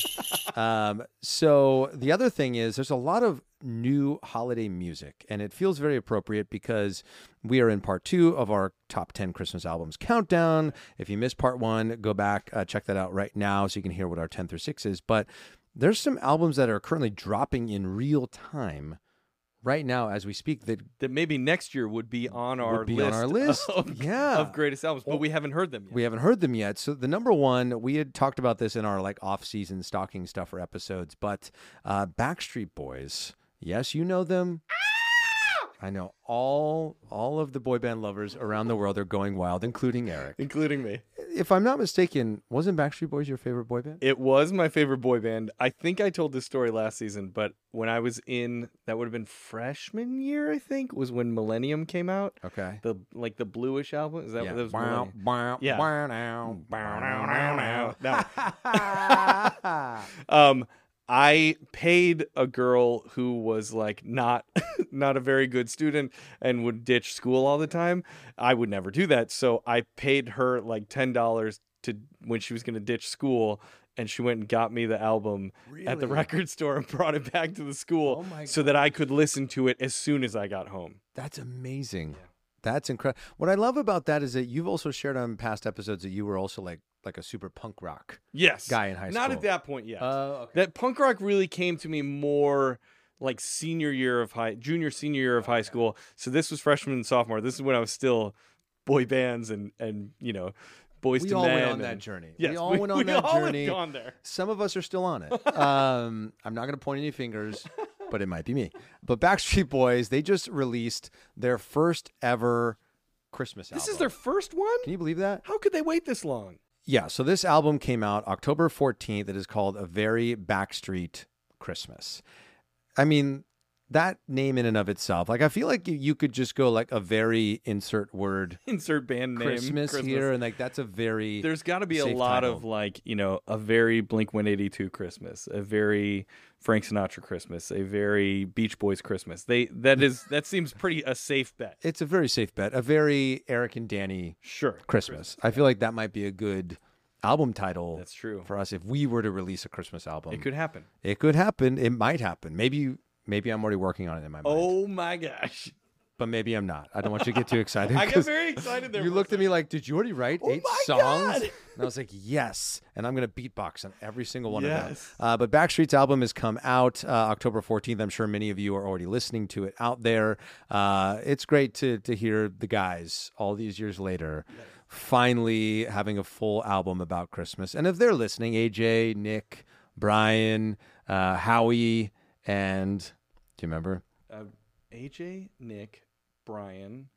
Speaker 1: Um, so the other thing is, there's a lot of new holiday music, and it feels very appropriate because we are in part two of our top 10 Christmas albums countdown. If you missed part one, go back, uh, check that out right now so you can hear what our 10 through 6 is. But there's some albums that are currently dropping in real time right now as we speak that
Speaker 2: that maybe next year would be on our
Speaker 1: would be
Speaker 2: list
Speaker 1: on
Speaker 2: *laughs*
Speaker 1: our list.
Speaker 2: Of,
Speaker 1: yeah.
Speaker 2: of greatest albums, but we haven't heard them yet.
Speaker 1: We haven't heard them yet. So the number one, we had talked about this in our like off-season stocking stuffer episodes, but uh, Backstreet Boys. Yes, you know them. I know all all of the boy band lovers around the world are going wild, including Eric.
Speaker 2: Including me.
Speaker 1: If I'm not mistaken, wasn't Backstreet Boys your favorite boy band?
Speaker 2: It was my favorite boy band. I think I told this story last season, but when I was in that would have been freshman year, I think, was when Millennium came out.
Speaker 1: Okay.
Speaker 2: The like the bluish album. Is that
Speaker 1: Yeah.
Speaker 2: what that was?
Speaker 1: Bow,
Speaker 2: Millennium.
Speaker 1: bow,
Speaker 2: Yeah.
Speaker 1: bow, now, bow, now, now, now.
Speaker 2: That one.
Speaker 1: *laughs*
Speaker 2: um i paid a girl who was like not *laughs* not a very good student and would ditch school all the time i would never do that so i paid her like $10 to when she was going to ditch school and she went and got me the album at
Speaker 1: Really?
Speaker 2: the record *laughs* store and brought it back to the
Speaker 1: Oh
Speaker 2: school
Speaker 1: my
Speaker 2: so that i could listen to it as soon as i got home
Speaker 1: That's amazing. That's incredible. What I love about that is that you've also shared on past episodes that you were also like like a super punk rock
Speaker 2: yes
Speaker 1: guy in high school.
Speaker 2: not at that point yet
Speaker 1: Oh, okay.
Speaker 2: that punk rock really came to me more like senior year of high junior senior year of high school so this was freshman and sophomore this is when i was still boy bands and and you know boys
Speaker 1: we
Speaker 2: to
Speaker 1: all
Speaker 2: men
Speaker 1: went on
Speaker 2: and-
Speaker 1: that journey.
Speaker 2: yes, *laughs*
Speaker 1: we all went on
Speaker 2: we
Speaker 1: that
Speaker 2: all have
Speaker 1: journey.
Speaker 2: gone there
Speaker 1: Some of us are still on
Speaker 2: *laughs*
Speaker 1: it. Um, I'm not going to point any fingers, but it might be me. But Backstreet Boys, they just released their first ever Christmas album.
Speaker 2: this is their first one
Speaker 1: Can you believe that?
Speaker 2: how could they wait this long
Speaker 1: Yeah, so this album came out October 14th. It is called A Very Backstreet Christmas. I mean, that name in and of itself, like I feel like you- you could just go like a very insert word
Speaker 2: insert band name
Speaker 1: Christmas, here and like that's a very
Speaker 2: there's got to be a
Speaker 1: safe
Speaker 2: lot of
Speaker 1: title.
Speaker 2: like you know a very blink 182 christmas a very frank sinatra christmas a very beach boys christmas they that is that seems pretty a safe bet
Speaker 1: it's a very safe bet. A very Eric and Danny
Speaker 2: sure
Speaker 1: Christmas. I feel like that might be a good album title
Speaker 2: That's true.
Speaker 1: for us if we were to release a Christmas album.
Speaker 2: It could happen.
Speaker 1: It could happen. It might happen. Maybe maybe I'm already working on it in my mind.
Speaker 2: Oh my gosh.
Speaker 1: But maybe I'm not. I don't want you to
Speaker 2: *laughs*
Speaker 1: get too excited.
Speaker 2: I got
Speaker 1: 'cause-
Speaker 2: very excited there.
Speaker 1: You
Speaker 2: for a Oh
Speaker 1: looked at me like, did you already write eight
Speaker 2: my
Speaker 1: songs?
Speaker 2: God.
Speaker 1: And I was like, yes. And I'm going to beatbox on every single one
Speaker 2: Yes.
Speaker 1: of them. Uh, but Backstreet's album has come out uh, October 14th. I'm sure many of you are already listening to it out there. Uh, it's great to, to hear the guys all these years later finally having a full album about Christmas. And if they're listening, AJ, Nick, Brian, uh, Howie, and do you remember?
Speaker 2: second. Uh, AJ, Nick, Brian.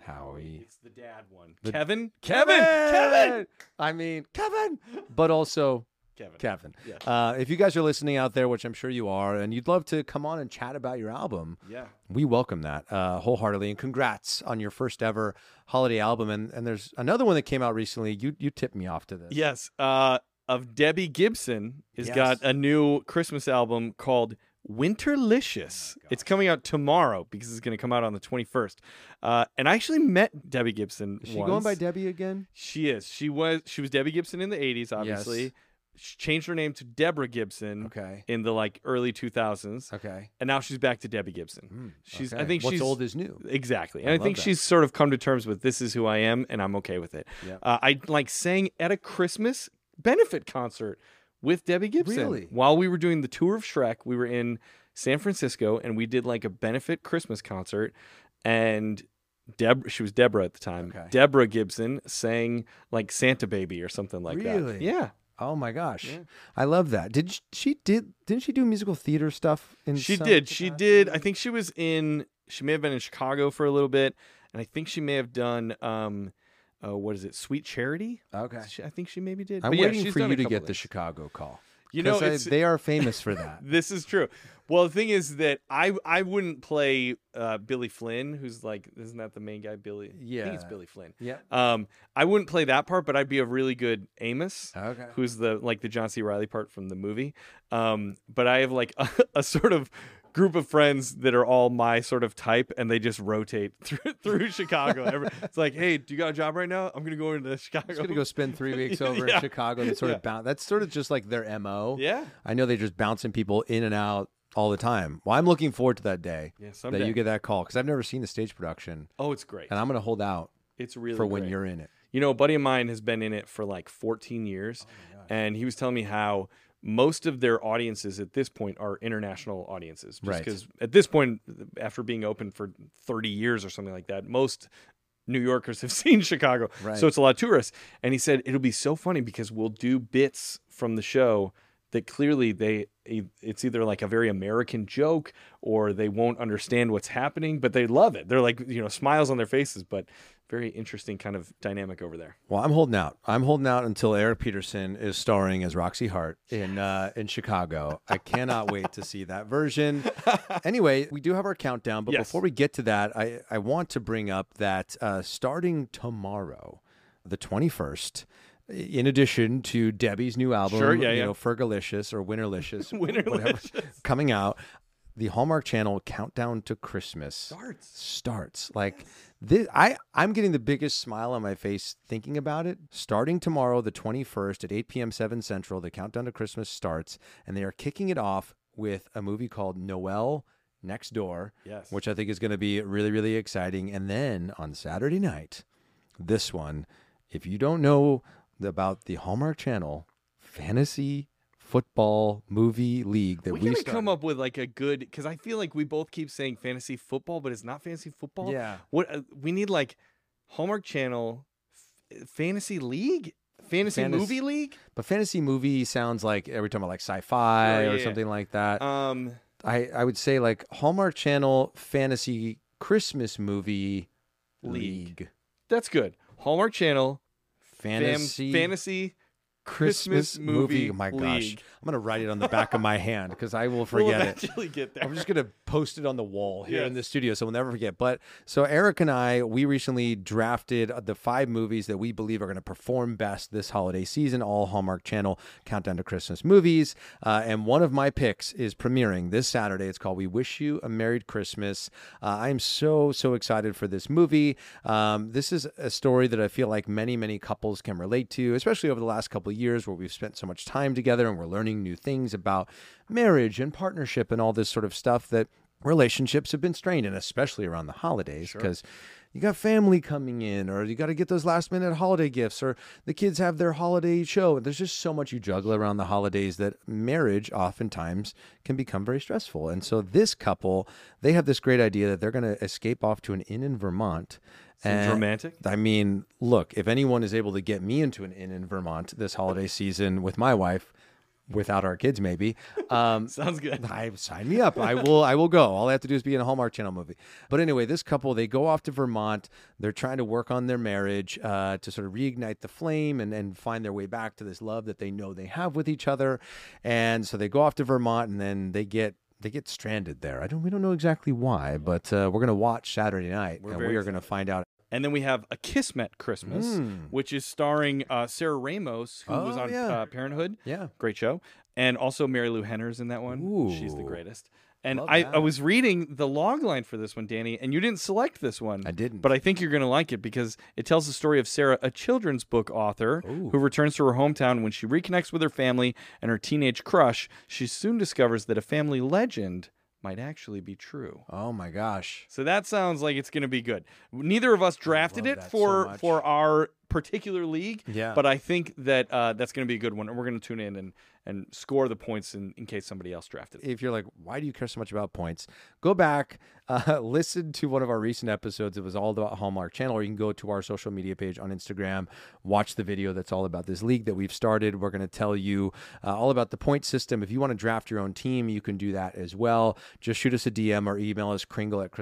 Speaker 1: Howie.
Speaker 2: It's the dad one.
Speaker 1: The-
Speaker 2: Kevin? Kevin! Kevin!
Speaker 1: I mean, Kevin! But also.
Speaker 2: Kevin.
Speaker 1: Kevin.
Speaker 2: Yes.
Speaker 1: Uh, if you guys are listening out there, which I'm sure you are, and you'd love to come on and chat about your album,
Speaker 2: Yeah.
Speaker 1: we welcome that uh, wholeheartedly. And congrats on your first ever holiday album. And and there's another one that came out recently. You you tipped me off to this.
Speaker 2: Yes. Uh, of Debbie Gibson has
Speaker 1: Yes.
Speaker 2: got a new Christmas album called Winterlicious. it's coming out tomorrow because it's going to come out on the 21st. Uh, and I actually met Debbie Gibson
Speaker 1: Is she
Speaker 2: once.
Speaker 1: going by Debbie again?
Speaker 2: She is. She was. She was Debbie Gibson in the '80s. Obviously, she changed her name to Deborah Gibson
Speaker 1: Okay.
Speaker 2: in the like early 2000s,
Speaker 1: Okay.
Speaker 2: and now she's back to Debbie Gibson. She's. I
Speaker 1: Hmm, Okay.
Speaker 2: think
Speaker 1: what's
Speaker 2: she's
Speaker 1: old is new.
Speaker 2: Exactly, and
Speaker 1: I
Speaker 2: I,
Speaker 1: love
Speaker 2: think
Speaker 1: that.
Speaker 2: she's sort of come to terms with this is who I am, and I'm okay with it.
Speaker 1: Yeah.
Speaker 2: Uh, I like sang at a Christmas benefit concert with Debbie Gibson
Speaker 1: Really?
Speaker 2: while we were doing the tour of Shrek. We were in San Francisco, and we did like a benefit Christmas concert, and. Deb, she was Deborah at the time.
Speaker 1: Okay.
Speaker 2: Deborah Gibson sang like Santa Baby or something like that.
Speaker 1: Really?
Speaker 2: Yeah,
Speaker 1: Oh my gosh,
Speaker 2: Yeah.
Speaker 1: I love that. Did sh- she did? Didn't she do musical theater stuff? In
Speaker 2: she
Speaker 1: some
Speaker 2: did. She
Speaker 1: capacity?
Speaker 2: did. I think she was in. She may have been in Chicago for a little bit, and I think she may have done. um uh, what is it? Sweet Charity.
Speaker 1: Oh, Okay.
Speaker 2: She- I think she maybe did.
Speaker 1: I'm
Speaker 2: But yeah,
Speaker 1: waiting
Speaker 2: she's
Speaker 1: for
Speaker 2: done
Speaker 1: you
Speaker 2: a
Speaker 1: to
Speaker 2: couple
Speaker 1: get the
Speaker 2: things.
Speaker 1: Chicago call.
Speaker 2: You know,
Speaker 1: 'Cause I-
Speaker 2: it's,
Speaker 1: they are famous for
Speaker 2: *laughs*
Speaker 1: that.
Speaker 2: this is true. Well, the thing is that I I wouldn't play uh, Billy Flynn, who's like isn't that the main guy Billy? I think it's
Speaker 1: Yeah.
Speaker 2: Billy Flynn.
Speaker 1: yep.
Speaker 2: Um, I wouldn't play that part, but I'd be a really good Amos. *laughs*
Speaker 1: Okay.
Speaker 2: *laughs* who's the like the John C. Riley part from the movie. Um, but I have like a, a sort of group of friends that are all my sort of type, and they just rotate *laughs* through, through
Speaker 1: *laughs*
Speaker 2: Chicago. Every, it's like, hey, do you got a job right now? I'm gonna go into Chicago.
Speaker 1: I'm just gonna go spend three weeks over
Speaker 2: Yeah.
Speaker 1: in Chicago and sort
Speaker 2: Yeah.
Speaker 1: of bounce. That's sort of just like their mo.
Speaker 2: *laughs* Yeah.
Speaker 1: I know they're just bouncing people in and out all the time. Well, I'm looking forward to that day
Speaker 2: Yeah, someday.
Speaker 1: that you get that call because I've never seen the stage production,
Speaker 2: oh, it's great.
Speaker 1: and I'm gonna hold out
Speaker 2: It's really
Speaker 1: for when
Speaker 2: great.
Speaker 1: you're in it.
Speaker 2: You know, a buddy of mine has been in it for like 14 years,
Speaker 1: Oh
Speaker 2: and he was telling me how most of their audiences at this point are international audiences. Just
Speaker 1: Right.
Speaker 2: Because at this point, after being open for 30 years or something like that, most New Yorkers have *laughs* seen Chicago.
Speaker 1: Right.
Speaker 2: So it's a lot of tourists. And he said, it'll be so funny because we'll do bits from the show that clearly they e, it's either like a very american joke or they won't understand what's happening but they love it they're like you know smiles on their faces but very interesting kind of dynamic over there
Speaker 1: Well, I'm holding out. I'm holding out until Eric Peterson is starring as Roxy Hart in uh, in Chicago. I cannot wait to see that
Speaker 2: *laughs*
Speaker 1: version. Anyway, we do have our countdown, but
Speaker 2: Yes.
Speaker 1: before we get to that, I, I want to bring up that uh, starting tomorrow, the 21st, in addition to Debbie's new album,
Speaker 2: Sure, yeah,
Speaker 1: you
Speaker 2: yeah.
Speaker 1: know, Fergalicious or Winterlicious,
Speaker 2: *laughs* Winterlicious.
Speaker 1: whatever, coming out, the Hallmark Channel Countdown to Christmas
Speaker 2: Darts.
Speaker 1: starts. Like this, I I'm getting the biggest smile on my face thinking about it. Starting tomorrow, the 21st at 8 p.m. 7 Central, the countdown to Christmas starts, and they are kicking it off with a movie called Noel Next Door,
Speaker 2: Yes.
Speaker 1: which I think is going to be really really exciting. And then on Saturday night, this one. If you don't know about the Hallmark Channel Fantasy Football Movie League that
Speaker 2: we
Speaker 1: we,
Speaker 2: gotta
Speaker 1: started.
Speaker 2: come up with like a good because I feel like we both keep saying fantasy football, but it's not fantasy football.
Speaker 1: Yeah.
Speaker 2: What uh, we need like Hallmark Channel, f- fantasy league, fantasy
Speaker 1: Fantas-
Speaker 2: movie league.
Speaker 1: But fantasy movie sounds like every time I like sci-fi
Speaker 2: Sure, yeah,
Speaker 1: or
Speaker 2: yeah.
Speaker 1: something like that.
Speaker 2: Um,
Speaker 1: I I would say like Hallmark Channel fantasy Christmas movie
Speaker 2: League.
Speaker 1: league,
Speaker 2: that's good. Hallmark Channel, fam-
Speaker 1: fantasy
Speaker 2: fantasy Christmas movie
Speaker 1: Oh my gosh,
Speaker 2: league.
Speaker 1: I'm gonna write it on the back of my hand because I will
Speaker 2: *laughs* We'll
Speaker 1: forget it.
Speaker 2: eventually get there.
Speaker 1: I'm just gonna post it on the wall here in
Speaker 2: Yes.
Speaker 1: the studio, so we'll never forget. But so Eric and I, we recently drafted uh, the five movies that we believe are gonna perform best this holiday season, all Hallmark Channel countdown to Christmas movies. Uh, and one of my picks is premiering this Saturday. It's called "We Wish You a Merry Christmas." Uh, I am so so excited for this movie. Um, this is a story that I feel like many many couples can relate to, especially over the last couple of years where we've spent so much time together and we're learning new things about marriage and partnership and all this sort of stuff that relationships have been strained and especially around the holidays because you got family coming in or you got to get those last minute holiday gifts or the kids have their holiday show there's just so much you juggle around the holidays that marriage oftentimes can become very stressful and so this couple they have this great idea that they're going to escape off to an inn in vermont
Speaker 2: Seems romantic.
Speaker 1: I mean, look, if anyone is able to get me into an inn in Vermont this holiday season with my wife, without our kids, maybe, um,
Speaker 2: *laughs* Sounds good.
Speaker 1: I sign me up. I will. I will go. All I have to do is be in a Hallmark Channel movie. But anyway, this couple they go off to Vermont. They're trying to work on their marriage uh, to sort of reignite the flame and and find their way back to this love that they know they have with each other. And so they go off to Vermont, and then they get. They get stranded there. I don't. We don't know exactly why, but uh, we're gonna watch Saturday night, and
Speaker 2: very
Speaker 1: we are gonna find out.
Speaker 2: And then we have A Kismet Christmas, which is starring uh, Sarah Ramos, who was
Speaker 1: Hmm. Oh,
Speaker 2: on
Speaker 1: yeah.
Speaker 2: uh, Parenthood.
Speaker 1: Yeah.
Speaker 2: Great show. And also Mary Lou Henner's in that one. She's the
Speaker 1: Ooh.
Speaker 2: greatest. And
Speaker 1: Love
Speaker 2: I, I
Speaker 1: that.
Speaker 2: was reading the log line for this one, Danny, and you didn't select this one.
Speaker 1: I didn't.
Speaker 2: But I think you're going to like it because it tells the story of Sarah, a children's book author who returns to her hometown when she reconnects with her family and her teenage crush. She soon discovers that a family legend might actually be true.
Speaker 1: Oh my gosh.
Speaker 2: So that sounds like it's going to be good. Neither of us drafted
Speaker 1: love
Speaker 2: it
Speaker 1: that so
Speaker 2: for
Speaker 1: much.
Speaker 2: for our particular league,
Speaker 1: Yeah.
Speaker 2: but I think that uh, that's going to be a good one, and we're going to tune in and and score the points in, in case somebody else drafted it.
Speaker 1: if you're like, why do you care so much about points? Go back, uh, *laughs* listen to one of our recent episodes. It was all about Hallmark Channel, or you can go to our social media page on Instagram, watch the video that's all about this league that we've started. We're going to tell you uh, all about the point system. If you want to draft your own team, you can do that as well. Just shoot us a DM or email us kringle at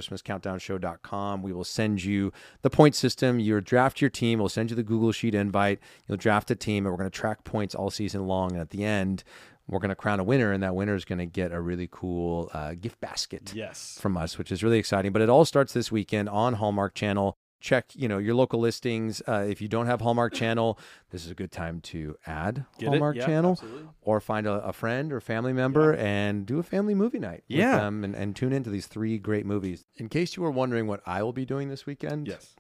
Speaker 1: christmascountdownshow.com. We will send you the point system. Your draft your team. We'll send you the Google Sheet invite. You'll draft a team, and we're going to track points all season long. And at the end, we're going to crown a winner, and that winner is going to get a really cool uh, gift basket
Speaker 2: Yes.
Speaker 1: from us, which is really exciting. But it all starts this weekend on Hallmark Channel. check you know your local listings. Uh, if you don't have Hallmark Channel, this is a good time to add
Speaker 2: Get it?
Speaker 1: Hallmark
Speaker 2: Yeah,
Speaker 1: Channel
Speaker 2: absolutely.
Speaker 1: or find a, a friend or family member and do a family movie night with
Speaker 2: Yeah.
Speaker 1: them and, and tune into these three great movies. In case you were wondering what I will be doing this weekend,
Speaker 2: Yes.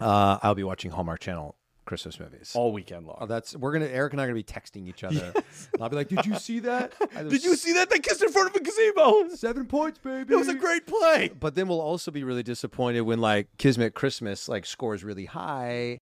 Speaker 1: uh, I'll be watching Hallmark Channel Christmas movies.
Speaker 2: All weekend long.
Speaker 1: Oh, that's we're gonna Eric and I are gonna be texting each other. And I'll be like, "Did you see that?
Speaker 2: *laughs* Did you see that? They kissed in front of a gazebo.
Speaker 1: seven points, baby?
Speaker 2: It was a great play.
Speaker 1: But then we'll also be really disappointed when like Kismet Christmas like scores really high.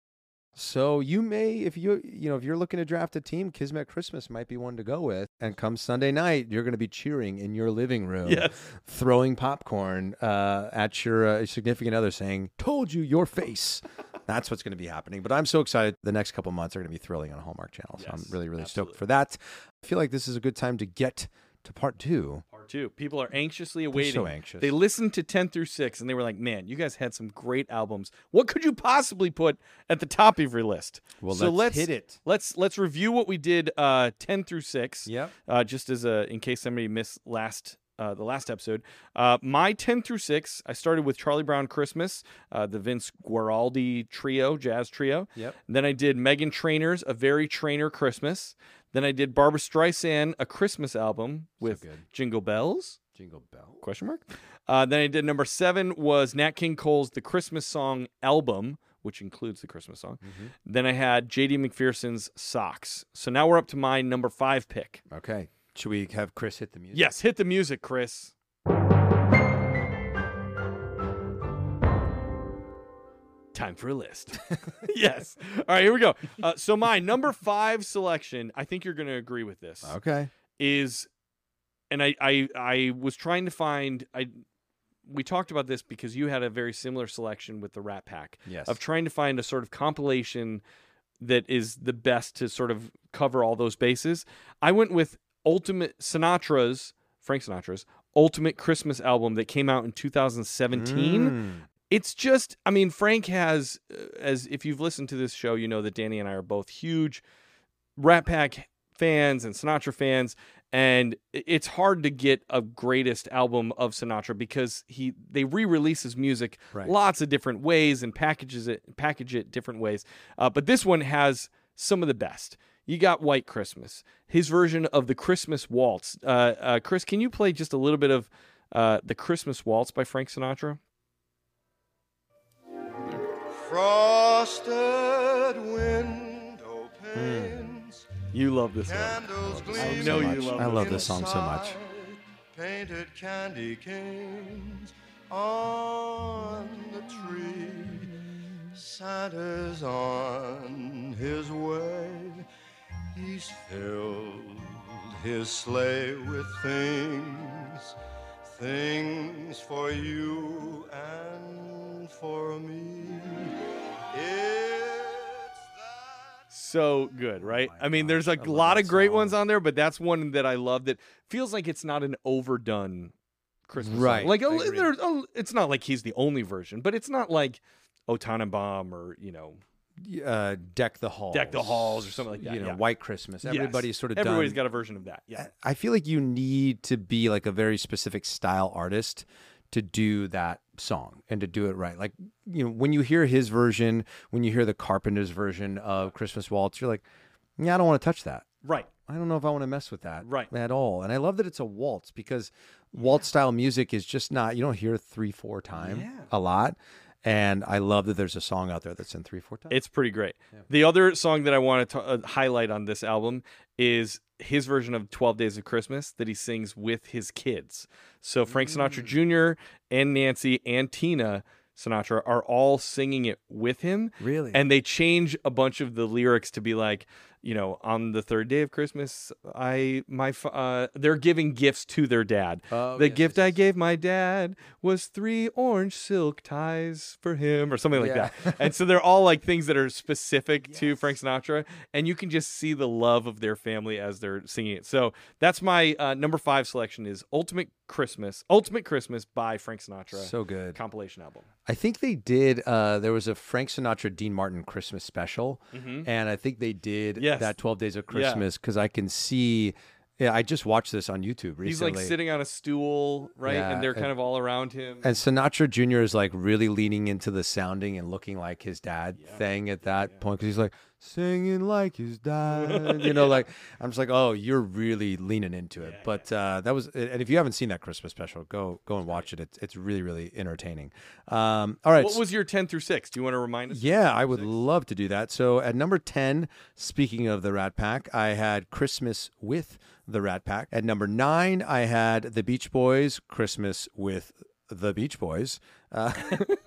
Speaker 1: So you may, if you you know, if you're looking to draft a team, Kismet Christmas might be one to go with. And come Sunday night, you're going to be cheering in your living room,
Speaker 2: Yes.
Speaker 1: throwing popcorn uh, at your uh, significant other, saying "Told you, your face." That's what's going to be happening. But I'm so excited. The next couple months are going to be thrilling on Hallmark Channel. So
Speaker 2: Yes,
Speaker 1: I'm really, really
Speaker 2: absolutely.
Speaker 1: stoked for that. I feel like this is a good time to get to part two.
Speaker 2: Part two. People are anxiously awaiting.
Speaker 1: so anxious.
Speaker 2: They listened to 10 through 6 and they were like, man, you guys had some great albums. What could you possibly put at the top of your list?
Speaker 1: Well,
Speaker 2: so
Speaker 1: let's
Speaker 2: let's,
Speaker 1: hit it.
Speaker 2: Let's let's review what we did uh, 10 through 6.
Speaker 1: Yep.
Speaker 2: Uh, just as a in case somebody missed last uh, the last episode. Uh, my 10 through 6, I started with Charlie Brown Christmas, uh, the Vince Guaraldi trio, jazz trio.
Speaker 1: Yep.
Speaker 2: Then I did Megan Trainor's A Very Trainer Christmas. Then I did Barbara Streisand, a Christmas album with
Speaker 1: good.
Speaker 2: Jingle Bells.
Speaker 1: Jingle bell.
Speaker 2: Question mark. Uh, then I did number seven was Nat King Cole's The Christmas Song album, which includes the Christmas song.
Speaker 1: Mm-hmm.
Speaker 2: Then I had J.D. McPherson's Socks. So now we're up to my number five pick.
Speaker 1: Okay. Should we have Chris hit the music?
Speaker 2: Yes, hit the music, Chris. Time for a list. *laughs* yes. All right, here we go. Uh, so my number five selection, I think you're going to agree with this
Speaker 1: *laughs* Okay.
Speaker 2: is and I, I I was trying to find I we talked about this because you had a very similar selection with the Rat Pack
Speaker 1: Yes.
Speaker 2: of trying to find a sort of compilation that is the best to sort of cover all those bases. I went with Ultimate Sinatra's Frank Sinatra's Ultimate Christmas album that came out in 2017
Speaker 1: Mm.
Speaker 2: it's just i mean frank has uh, as if you've listened to this show you know that danny and i are both huge rat pack fans and sinatra fans and i- it's hard to get a greatest album of sinatra because he they re-release his music
Speaker 1: Right.
Speaker 2: lots of different ways and packages it package it different ways uh, but this one has some of the best you got white christmas his version of the christmas waltz uh, uh, chris can you play just a little bit of uh, the christmas waltz by frank sinatra
Speaker 3: Frosted window panes,
Speaker 1: Hmm.
Speaker 2: You love this one.
Speaker 3: candles
Speaker 1: I
Speaker 3: gleam.
Speaker 1: know you
Speaker 3: inside,
Speaker 1: love I love this song so much.
Speaker 3: Painted candy canes on the tree. Santa's on his way. He's filled his sleigh with things, things for you and for me. It's that
Speaker 2: So good, right?
Speaker 1: Oh my
Speaker 2: I mean, there's
Speaker 1: gosh,
Speaker 2: a
Speaker 1: I love
Speaker 2: lot
Speaker 1: that
Speaker 2: of great
Speaker 1: song.
Speaker 2: ones on there, but that's one that I love that feels like it's not an overdone Christmas song.
Speaker 1: Right,
Speaker 2: Like,
Speaker 1: I
Speaker 2: a,
Speaker 1: agree.
Speaker 2: there's a, it's not like he's the only version, but it's not like O Tannenbaum or, you know,
Speaker 1: Uh, Deck the Halls.
Speaker 2: Deck the Halls or something like that,
Speaker 1: You know,
Speaker 2: yeah.
Speaker 1: White Christmas. Everybody's
Speaker 2: yes,
Speaker 1: sort of
Speaker 2: Everybody's
Speaker 1: done.
Speaker 2: got a version of that. Yeah.
Speaker 1: I feel like you need to be like a very specific style artist to do that song and to do it right. Like, you know, when you hear his version, when you hear the Carpenter's version of Christmas Waltz, you're like, yeah, I don't want to touch that.
Speaker 2: Right.
Speaker 1: I don't know if I want to mess with that
Speaker 2: Right.
Speaker 1: at all. And I love that it's a waltz because waltz style music is just not you don't hear three four time
Speaker 2: Yeah.
Speaker 1: a lot. And I love that there's a song out there that's in three four time.
Speaker 2: It's pretty great. The other song that I want to uh, highlight on this album is his version of 12 Days of Christmas that he sings with his kids. So Frank
Speaker 1: Mm.
Speaker 2: Sinatra Jr. and Nancy and Tina Sinatra are all singing it with him.
Speaker 1: Really?
Speaker 2: And they change a bunch of the lyrics to be like, you know, on the third day of Christmas, I my fa- uh, they're giving gifts to their dad.
Speaker 1: Oh,
Speaker 2: the
Speaker 1: yes,
Speaker 2: gift
Speaker 1: yes,
Speaker 2: I gave my dad was three orange silk ties for him, or something like
Speaker 1: Yeah.
Speaker 2: that. And so they're all like things that are specific to Frank Sinatra, and you can just see the love of their family as they're singing it. So that's my uh, number five selection is Ultimate Christmas, Ultimate Christmas by Frank Sinatra
Speaker 1: so good.
Speaker 2: compilation album.
Speaker 1: I think they did. Uh, there was a Frank Sinatra Dean Martin Christmas special, and I think they did
Speaker 2: Mm-hmm. Yes.
Speaker 1: that Twelve Days of Christmas because I can see Yeah, I just watched this on YouTube recently.
Speaker 2: He's like sitting on a stool, right?
Speaker 1: Yeah,
Speaker 2: and they're
Speaker 1: and-
Speaker 2: kind of all around him.
Speaker 1: and Sinatra Jr. is like really leaning into the sounding and looking like his dad thing at that point because he's like singing like his
Speaker 2: *laughs*
Speaker 1: dad, you know. Like I'm just like, oh, you're really leaning into it. but uh, that was, and if you haven't seen that Christmas special, go go and watch it. It's it's really really entertaining. Um, all right,
Speaker 2: what was your 10 through 6? Do you want to remind us?
Speaker 1: yeah, I would love to do that. So at number 10, speaking of the Rat Pack, I had Christmas with the Rat Pack. At number 9, I had the Beach Boys, Christmas with the Beach Boys. Uh,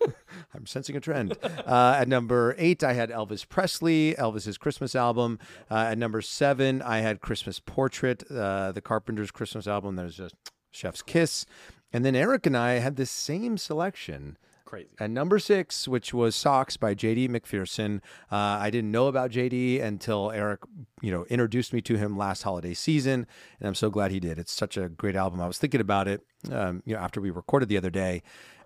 Speaker 1: *laughs* I'm sensing a trend. Uh, at number eight, I had Elvis Presley, Elvis's Christmas album. Uh, at number seven, I had Christmas Portrait, uh, the Carpenters Christmas album. There's just Chef's Kiss. And then Eric and I had the same selection.
Speaker 2: Crazy.
Speaker 1: And number six, which was Socks by JD McPherson. Uh, I didn't know about JD until Eric, you know, introduced me to him last holiday season. And I'm so glad he did. It's such a great album. I was thinking about it, um, you know, after we recorded the other day.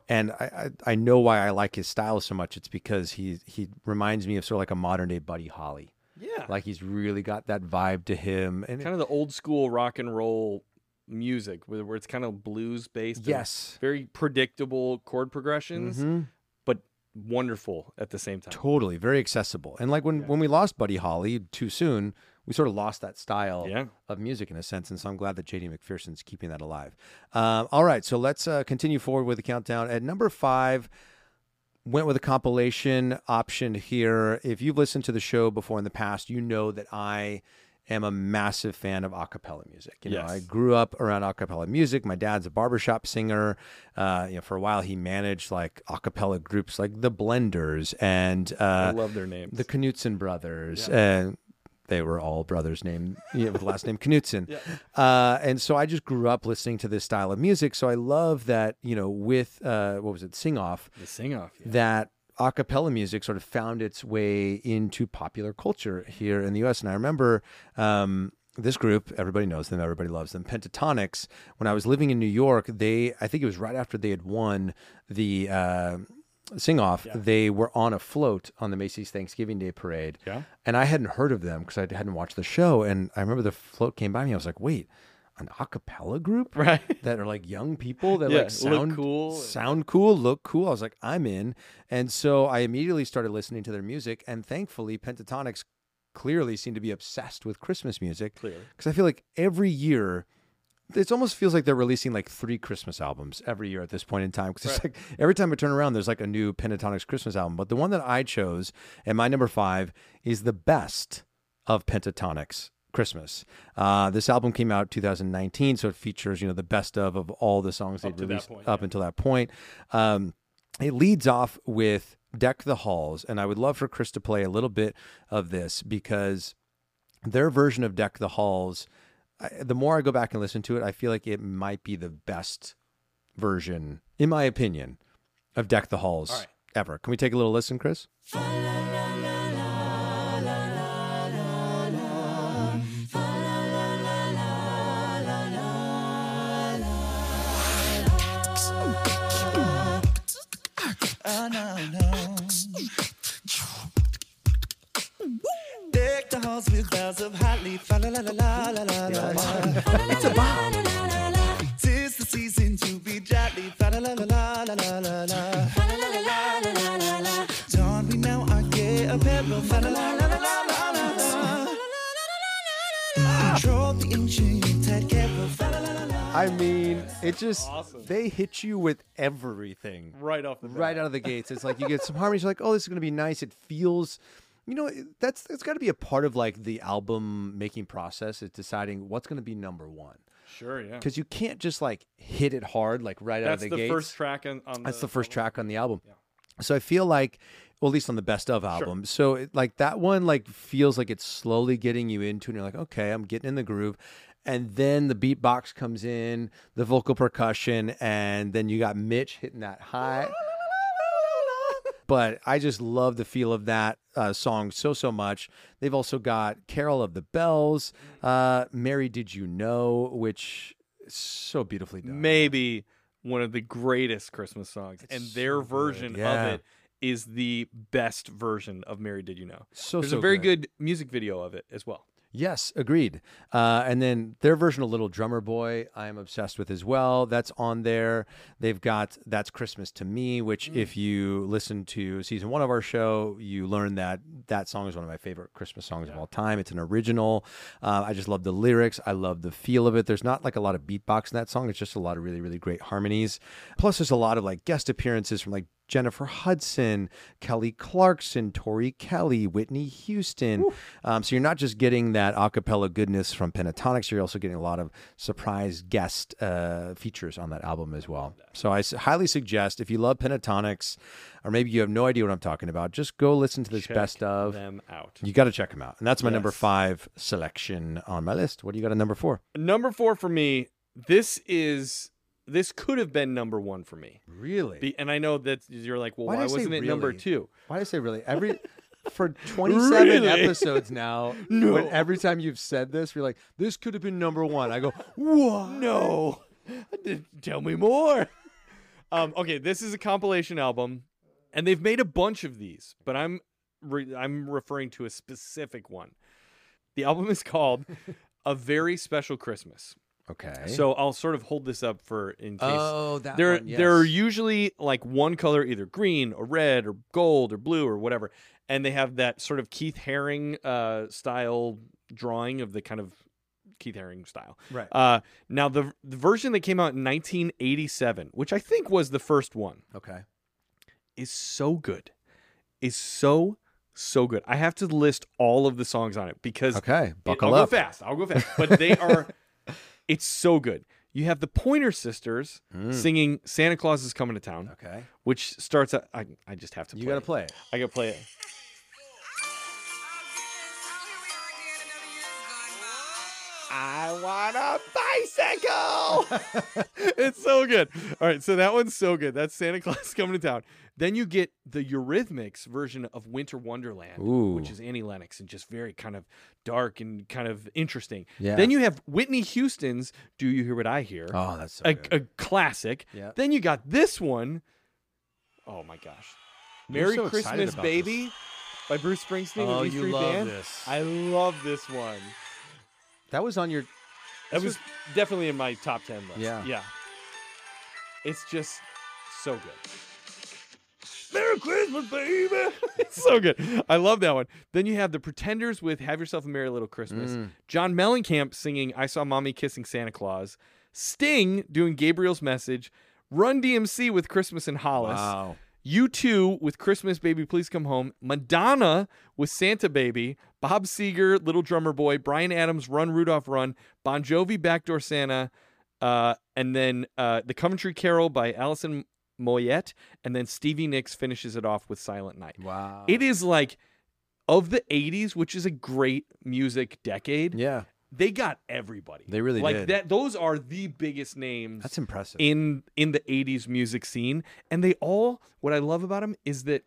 Speaker 1: And I, I, I know why I like his style so much. It's because he he reminds me of sort of like a modern day Buddy Holly.
Speaker 2: Yeah.
Speaker 1: Like he's really got that vibe to him. And
Speaker 2: kind of the old school rock and roll music where, where it's kind of blues based. and
Speaker 1: yes,
Speaker 2: Very predictable chord progressions,
Speaker 1: Mhm.
Speaker 2: but
Speaker 1: Mm-hmm.
Speaker 2: wonderful at the same time.
Speaker 1: totally very accessible. And like when when we lost Buddy Holly too soon, we sort of lost that style.
Speaker 2: Yeah.
Speaker 1: of music in a sense. And so I'm glad that JD McPherson's keeping that alive. Um, all right, so let's uh, continue forward with the countdown. At number five, went with a compilation option here. If you've listened to the show before in the past, you know that I am a massive fan of a cappella music. You know,
Speaker 2: Yes.
Speaker 1: I grew up around a cappella music. My dad's a barbershop singer. Uh, you know, for a while he managed like a cappella groups like the Blenders and
Speaker 2: I
Speaker 1: uh,
Speaker 2: love their names.
Speaker 1: the Knutson brothers, and they were all brothers named you know, with the last name Knutson. Uh, and so I just grew up listening to this style of music. So I love that you know with uh, what was it, Sing Off,
Speaker 2: the sing off.
Speaker 1: that a cappella music sort of found its way into popular culture here in the US. And I remember um, this group, everybody knows them, everybody loves them, Pentatonics. When I was living in New York, they, I think it was right after they had won the. Uh, Sing off, they were on a float on the Macy's Thanksgiving Day parade.
Speaker 2: Yeah.
Speaker 1: And I hadn't heard of them because I hadn't watched the show. And I remember the float came by me. I was like, wait, an a cappella group?
Speaker 2: *laughs* Right.
Speaker 1: *laughs* that are like young people that
Speaker 2: Yeah,
Speaker 1: like
Speaker 2: look
Speaker 1: sound
Speaker 2: cool.
Speaker 1: sound cool, look cool. I was like, I'm in. And so I immediately started listening to their music, and thankfully, Pentatonics clearly seem to be obsessed with Christmas music.
Speaker 2: Clearly.
Speaker 1: because I feel like every year. It almost feels like they're releasing like three Christmas albums every year at this point in time. Because it's like every time I turn around, there's like a new Pentatonics Christmas album. But the one that I chose and my number five is the best of Pentatonics Christmas. Uh, this album came out 2019, so it features you know the best of of all the songs they
Speaker 2: to that
Speaker 1: released
Speaker 2: point,
Speaker 1: up until that point. Um, it leads off with "Deck the Halls," and I would love for Chris to play a little bit of this because their version of "Deck the Halls." I, the more I go back and listen to it, I feel like it might be the best version, in my opinion, of "Deck the Halls."
Speaker 2: All right.
Speaker 1: Ever. Can we take a little listen, Chris?
Speaker 4: Deck the halls with clouds of hot leaf. La la la la la la la la. It's a bomb. Tis the season to be jolly. La la la la la la la la. Don we now our gay apparel. La la la la la la la la la. Control the ancient tide carol. La la la la la.
Speaker 1: I mean, it just
Speaker 2: Awesome.
Speaker 1: they hit you with everything
Speaker 2: Right off the bat.
Speaker 1: right out of the gates. It's like you get some harmonies, you're like, oh, this is gonna be nice. It feels you know, it- that's that's gotta be a part of like the album making process is deciding what's gonna be number one.
Speaker 2: Sure, yeah.
Speaker 1: Because you can't just like hit it hard, like right out of
Speaker 2: That's
Speaker 1: the,
Speaker 2: the,
Speaker 1: gates.
Speaker 2: first track on, on
Speaker 1: That's the first track on the album. So I feel like, well, at least on the best of album. So it, like that one, like feels like it's slowly getting you into, it, and you're like, okay, I'm getting in the groove. And then the beatbox comes in, the vocal percussion, and then you got Mitch hitting that high. But I just love the feel of that uh, song so so much. They've also got "Carol of the Bells," uh, "Mary Did You Know," which is so beautifully done.
Speaker 2: maybe one of the greatest Christmas songs, and their version
Speaker 1: Yeah.
Speaker 2: of it is the best version of "Mary Did You Know."
Speaker 1: so
Speaker 2: There's
Speaker 1: so
Speaker 2: a very good. music video of it as well.
Speaker 1: Yes, agreed. Uh, and then their version of Little Drummer Boy, I'm obsessed with as well. That's on there. They've got That's Christmas to Me, which, if you listen to season one of our show, you learn that that song is one of my favorite Christmas songs of all time. It's an original. Uh, I just love the lyrics. I love the feel of it. There's not like a lot of beatbox in that song, it's just a lot of really, really great harmonies. Plus, there's a lot of like guest appearances from like Jennifer Hudson, Kelly Clarkson, Tori Kelly, Whitney Houston. Um, so you're not just getting that a cappella goodness from Pentatonics, you're also getting a lot of surprise guest uh, features on that album as well. So I s- highly suggest if you love Pentatonics, or maybe you have no idea what I'm talking about, just go listen to this
Speaker 2: Check
Speaker 1: best of.
Speaker 2: them out.
Speaker 1: You got to check them out. And that's my number
Speaker 2: Yes.
Speaker 1: five selection on my list. What do you got at number four?
Speaker 2: Number four for me. This is this could have been number one for me.
Speaker 1: Really?
Speaker 2: Be, and I know that you're like, well,
Speaker 1: Why
Speaker 2: why,
Speaker 1: did I say
Speaker 2: wasn't it number
Speaker 1: really?
Speaker 2: two?
Speaker 1: Why did I say really? Every *laughs* for 27
Speaker 2: Really?
Speaker 1: episodes now,
Speaker 2: No.
Speaker 1: when every time you've said this, you're like, this could have been number one. *laughs* I go, what?
Speaker 2: No, tell me more. Um, okay, this is a compilation album, and they've made a bunch of these, but I'm re- I'm referring to a specific one. The album is called "A Very Special Christmas."
Speaker 1: Okay.
Speaker 2: So I'll sort of hold this up for in case.
Speaker 1: oh, that
Speaker 2: there,
Speaker 1: one, yes.
Speaker 2: there are usually like one color, either green or red or gold or blue or whatever, and they have that sort of Keith Haring uh, style drawing of the kind of Keith Haring style.
Speaker 1: Right.
Speaker 2: Uh, now the, the version that came out in 1987, which I think was the first one,
Speaker 1: okay.
Speaker 2: is so good. Is so so good. I have to list all of the songs on it because
Speaker 1: Okay. Buckle
Speaker 2: I'll
Speaker 1: up.
Speaker 2: go fast. I'll go fast. But they are
Speaker 1: *laughs*
Speaker 2: it's so good. You have the Pointer Sisters singing Santa Claus is coming to town,
Speaker 1: Hmm. Okay.
Speaker 2: which starts at, I I just have to play.
Speaker 1: You got to
Speaker 2: it.
Speaker 1: play it.
Speaker 2: I got to play it. I want a bicycle. *laughs* it's so good. All right, so that one's so good. That's Santa Claus *laughs* coming to town. Then you get the Eurythmics version of Winter Wonderland, which
Speaker 1: Ooh.
Speaker 2: is Annie Lennox and just very kind of dark and kind of interesting.
Speaker 1: Yeah.
Speaker 2: Then you have Whitney Houston's Do You Hear What I Hear?
Speaker 1: Oh, that's so
Speaker 2: a,
Speaker 1: good.
Speaker 2: a classic.
Speaker 1: Yeah.
Speaker 2: Then you got this one. Oh my gosh. Merry
Speaker 1: so excited
Speaker 2: Christmas,
Speaker 1: about this.
Speaker 2: Baby by Bruce Springsteen
Speaker 1: Oh,
Speaker 2: and
Speaker 1: you
Speaker 2: E Street
Speaker 1: love
Speaker 2: Band.
Speaker 1: this.
Speaker 2: I love this one.
Speaker 1: that was on your.
Speaker 2: That
Speaker 1: This
Speaker 2: was definitely in my top 10 list.
Speaker 1: Yeah.
Speaker 2: Yeah. It's just so
Speaker 1: *laughs*
Speaker 2: good. *laughs* Merry Christmas, baby. it's so good. I love that one. Then you have the Pretenders with Have Yourself a Merry Little Christmas.
Speaker 1: Mm.
Speaker 2: John Mellencamp singing I Saw Mommy Kissing Santa Claus. Sting doing Gabriel's Message. Run DMC with Christmas in Hollis.
Speaker 1: Wow.
Speaker 2: U2 with Christmas Baby Please Come Home, Madonna with Santa Baby, Bob Seger, Little Drummer Boy, Brian Adams, Run Rudolph Run, Bon Jovi, Backdoor Santa, uh, and then uh, The Coventry Carol by Allison Moyette, and then Stevie Nicks finishes it off with Silent Night.
Speaker 1: Wow.
Speaker 2: It is like of the 80s, which is a great music decade,
Speaker 1: Yeah.
Speaker 2: they got everybody.
Speaker 1: They really
Speaker 2: like
Speaker 1: did.
Speaker 2: that. Those are the biggest names
Speaker 1: That's impressive.
Speaker 2: in in the 80s music scene and they all what i love about them is that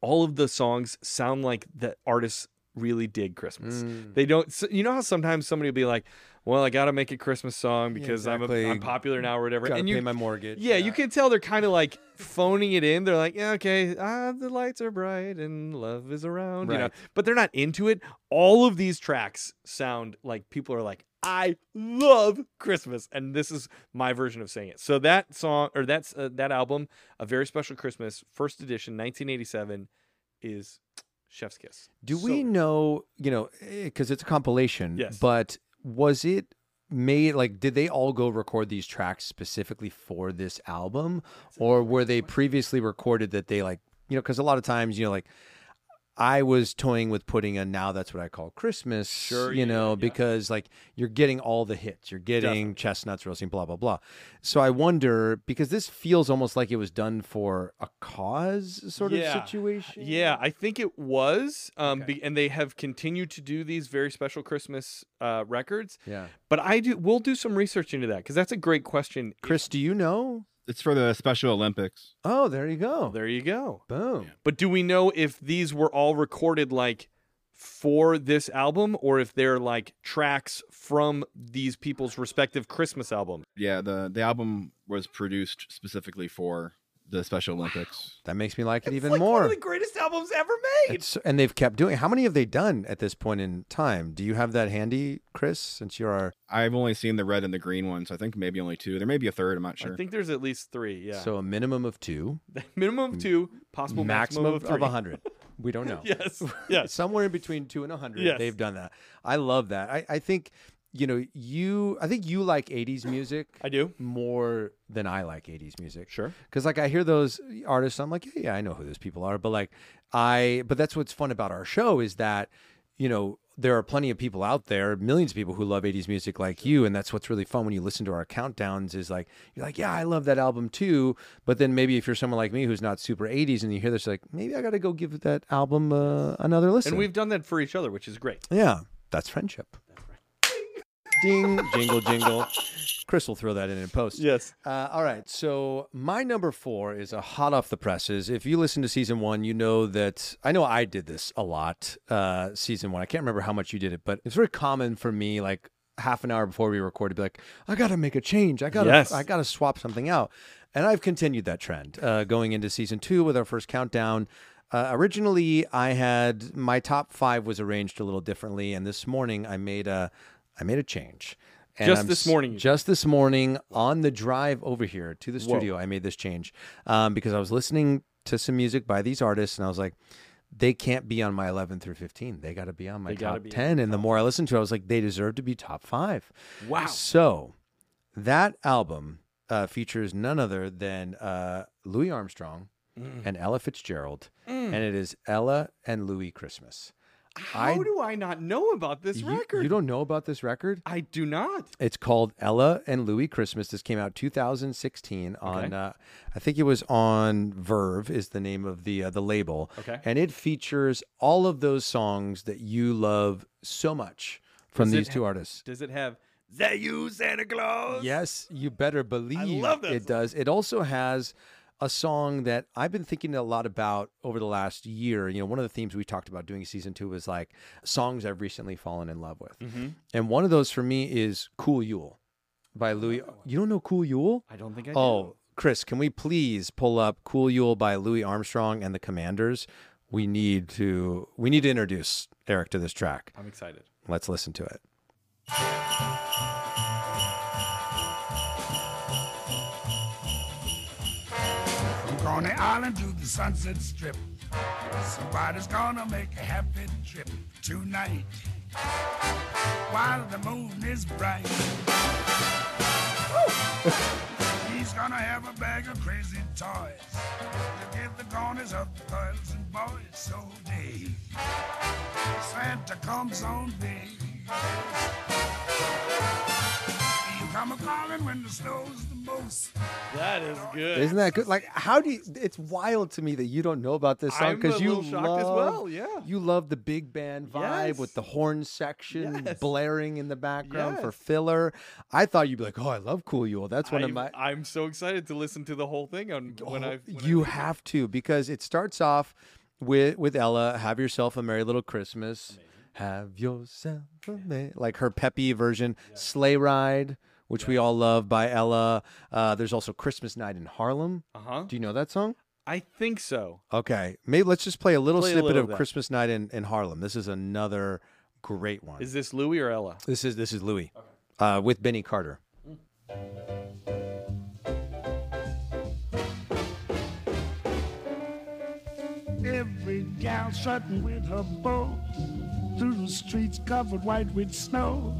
Speaker 2: all of the songs sound like the artists really dig christmas
Speaker 1: Mm.
Speaker 2: they don't so- you know how sometimes somebody will be like well i gotta make a christmas song because
Speaker 1: exactly.
Speaker 2: I'm, a, I'm popular now or whatever
Speaker 1: Gotta
Speaker 2: and you
Speaker 1: pay my mortgage.
Speaker 2: yeah, you can tell they're kind of like phoning it in. They're like, yeah, okay, ah, the lights are bright and love is around, you know.
Speaker 1: Right.
Speaker 2: But they're not into it. All of these tracks sound like people are like, I love Christmas, and this is my version of saying it. So that song or that's uh, that album, a very special Christmas, first edition, 1987, is Chef's Kiss.
Speaker 1: Do
Speaker 2: So-
Speaker 1: we know, you know, because it's a compilation,
Speaker 2: Yes.
Speaker 1: but was it made like did they all go record these tracks specifically for this album or were they previously recorded that they like, you know, because a lot of times, you know, like I was toying with putting a now that's what I call Christmas,
Speaker 2: Sure,
Speaker 1: you
Speaker 2: yeah,
Speaker 1: know,
Speaker 2: yeah.
Speaker 1: because like you're getting all the hits, you're getting
Speaker 2: Definitely.
Speaker 1: chestnuts roasting, blah blah blah. So I wonder because this feels almost like it was done for a cause sort
Speaker 2: Yeah.
Speaker 1: of situation.
Speaker 2: Yeah, I think it was, um,
Speaker 1: Okay.
Speaker 2: be, and they have continued to do these very special Christmas uh, records.
Speaker 1: yeah.
Speaker 2: But I do. We'll do some research into that because that's a great question.
Speaker 1: Chris, do you know?
Speaker 5: It's for the Special Olympics.
Speaker 1: Oh, there you go.
Speaker 2: There you go.
Speaker 1: Boom.
Speaker 2: But do we know if these were all recorded like for this album, or if they're like tracks from these people's respective Christmas albums?
Speaker 5: Yeah, the the album was produced specifically for the Special Olympics.
Speaker 1: That makes me like it even
Speaker 2: like One
Speaker 1: more.
Speaker 2: of the greatest albums ever made.
Speaker 1: It's, and they've kept doing. How many have they done at this point in time? Do you have that handy, Chris? Since you're our
Speaker 5: I've only seen the red and the green one, so I think maybe only two. There may be a third. I'm not sure.
Speaker 2: I think there's at least three. Yeah.
Speaker 1: so a minimum of two,
Speaker 2: *laughs* minimum of two, possible
Speaker 1: maximum,
Speaker 2: maximum,
Speaker 1: of
Speaker 2: three.
Speaker 1: a hundred. We don't know.
Speaker 2: *laughs* Yes.
Speaker 1: *laughs*
Speaker 2: Yes.
Speaker 1: somewhere in between two and a hundred.
Speaker 2: Yes.
Speaker 1: They've done that. I love that. I, I think you know you. I think you like '80s music.
Speaker 2: I do.
Speaker 1: more than I like '80s music.
Speaker 2: Sure.
Speaker 1: because like I hear those artists, I'm like, yeah, yeah, I know who those people are. But like I, but that's what's fun about our show is that you know there are plenty of people out there, millions of people who love '80s music like you, and that's what's really fun when you listen to our countdowns. Is like you're like, yeah, I love that album too. But then maybe if you're someone like me who's not super '80s and you hear this, like maybe I got to go give that album uh, another listen.
Speaker 2: And we've done that for each other, which is great.
Speaker 1: yeah, that's friendship. Ding, jingle, jingle. Chris will throw that in in post.
Speaker 2: Yes.
Speaker 1: Uh, all right. So my number four is a hot off the presses. If you listen to season one, you know that I know I did this a lot. Uh, season one, I can't remember how much you did it, but it's very common for me, like half an hour before we record, to be like, I gotta make a change. I gotta,
Speaker 2: Yes.
Speaker 1: I gotta swap something out. And I've continued that trend uh, going into season two with our first countdown. Uh, originally, I had my top five was arranged a little differently, and this morning I made a, I made a change. And
Speaker 2: Just this
Speaker 1: s-
Speaker 2: morning you
Speaker 1: just this morning on the drive over here to the studio, I made this change um, because I was listening to some music by these artists and I was like, they can't be on my 11 through 15. They got to be on my
Speaker 2: They gotta
Speaker 1: top
Speaker 2: be on
Speaker 1: 10. And the more I listened to it, I was like, they deserve to be top five.
Speaker 2: Wow.
Speaker 1: So that album uh, features none other than uh, Louis Armstrong
Speaker 2: Mm.
Speaker 1: and Ella Fitzgerald. And it is Ella and Louis Christmas.
Speaker 2: How do I not know about this
Speaker 1: You,
Speaker 2: record?
Speaker 1: you don't know about this record?
Speaker 2: I do not.
Speaker 1: It's called Ella and Louis Christmas. This came out 2016 on,
Speaker 2: Okay.
Speaker 1: uh, I think it was on Verve is the name of the uh, the label.
Speaker 2: Okay.
Speaker 1: and it features all of those songs that you love so much from
Speaker 2: Does it
Speaker 1: these two
Speaker 2: ha-
Speaker 1: artists.
Speaker 2: Does it have that you Santa Claus?
Speaker 1: Yes, you better believe
Speaker 2: love that
Speaker 1: it
Speaker 2: song.
Speaker 1: does. It also has a song that I've been thinking a lot about over the last year. You know, one of the themes we talked about doing season two was like songs I've recently fallen in love with.
Speaker 2: Mm-hmm.
Speaker 1: And one of those for me is Cool Yule by Louis. You don't know Cool Yule?
Speaker 2: Oh. I don't think I
Speaker 1: Oh, Chris, can we please pull up Cool Yule by Louis Armstrong and the Commanders? We need to we need to introduce Eric to this track.
Speaker 2: do. I'm excited.
Speaker 1: Let's listen to it.
Speaker 6: From Coney Island to the Sunset Strip. Somebody's gonna make a happy trip tonight. While the moon is bright. Woo! He's gonna have a bag of crazy toys to give the corners of the girls and boys so day. Santa comes on day. You come a calling when the snow's the most.
Speaker 2: That is good.
Speaker 1: Isn't that good? Like, how do you? It's wild to me that you don't know about this song
Speaker 2: I'm
Speaker 1: because
Speaker 2: a
Speaker 1: you
Speaker 2: little shocked
Speaker 1: love,
Speaker 2: as well, yeah.
Speaker 1: you love the big band vibe
Speaker 2: Yes.
Speaker 1: with the horn section
Speaker 2: Yes.
Speaker 1: blaring in the background for
Speaker 2: Yes.
Speaker 1: filler. I thought you'd be like, oh, I love Cool Yule. That's one
Speaker 2: I'm,
Speaker 1: of my.
Speaker 2: I'm so excited to listen to the whole thing on
Speaker 1: Oh,
Speaker 2: when I when I-
Speaker 1: you have to because it starts off with with Ella. Have yourself a merry little Christmas. Have yourself a merry, like her peppy version, Sleigh Ride, which we all love by Ella. Uh, there's also Christmas Night in Harlem.
Speaker 2: Uh-huh.
Speaker 1: Do you know that song?
Speaker 2: I think so.
Speaker 1: Okay, maybe let's just play a little
Speaker 2: Play a
Speaker 1: snippet
Speaker 2: little
Speaker 1: of
Speaker 2: of that.
Speaker 1: Christmas Night in, in Harlem. This is another great one.
Speaker 2: Is this Louis or Ella?
Speaker 1: this is this is Louis uh, with Benny Carter.
Speaker 6: Every gal strutting with her bow through the streets covered white with snow.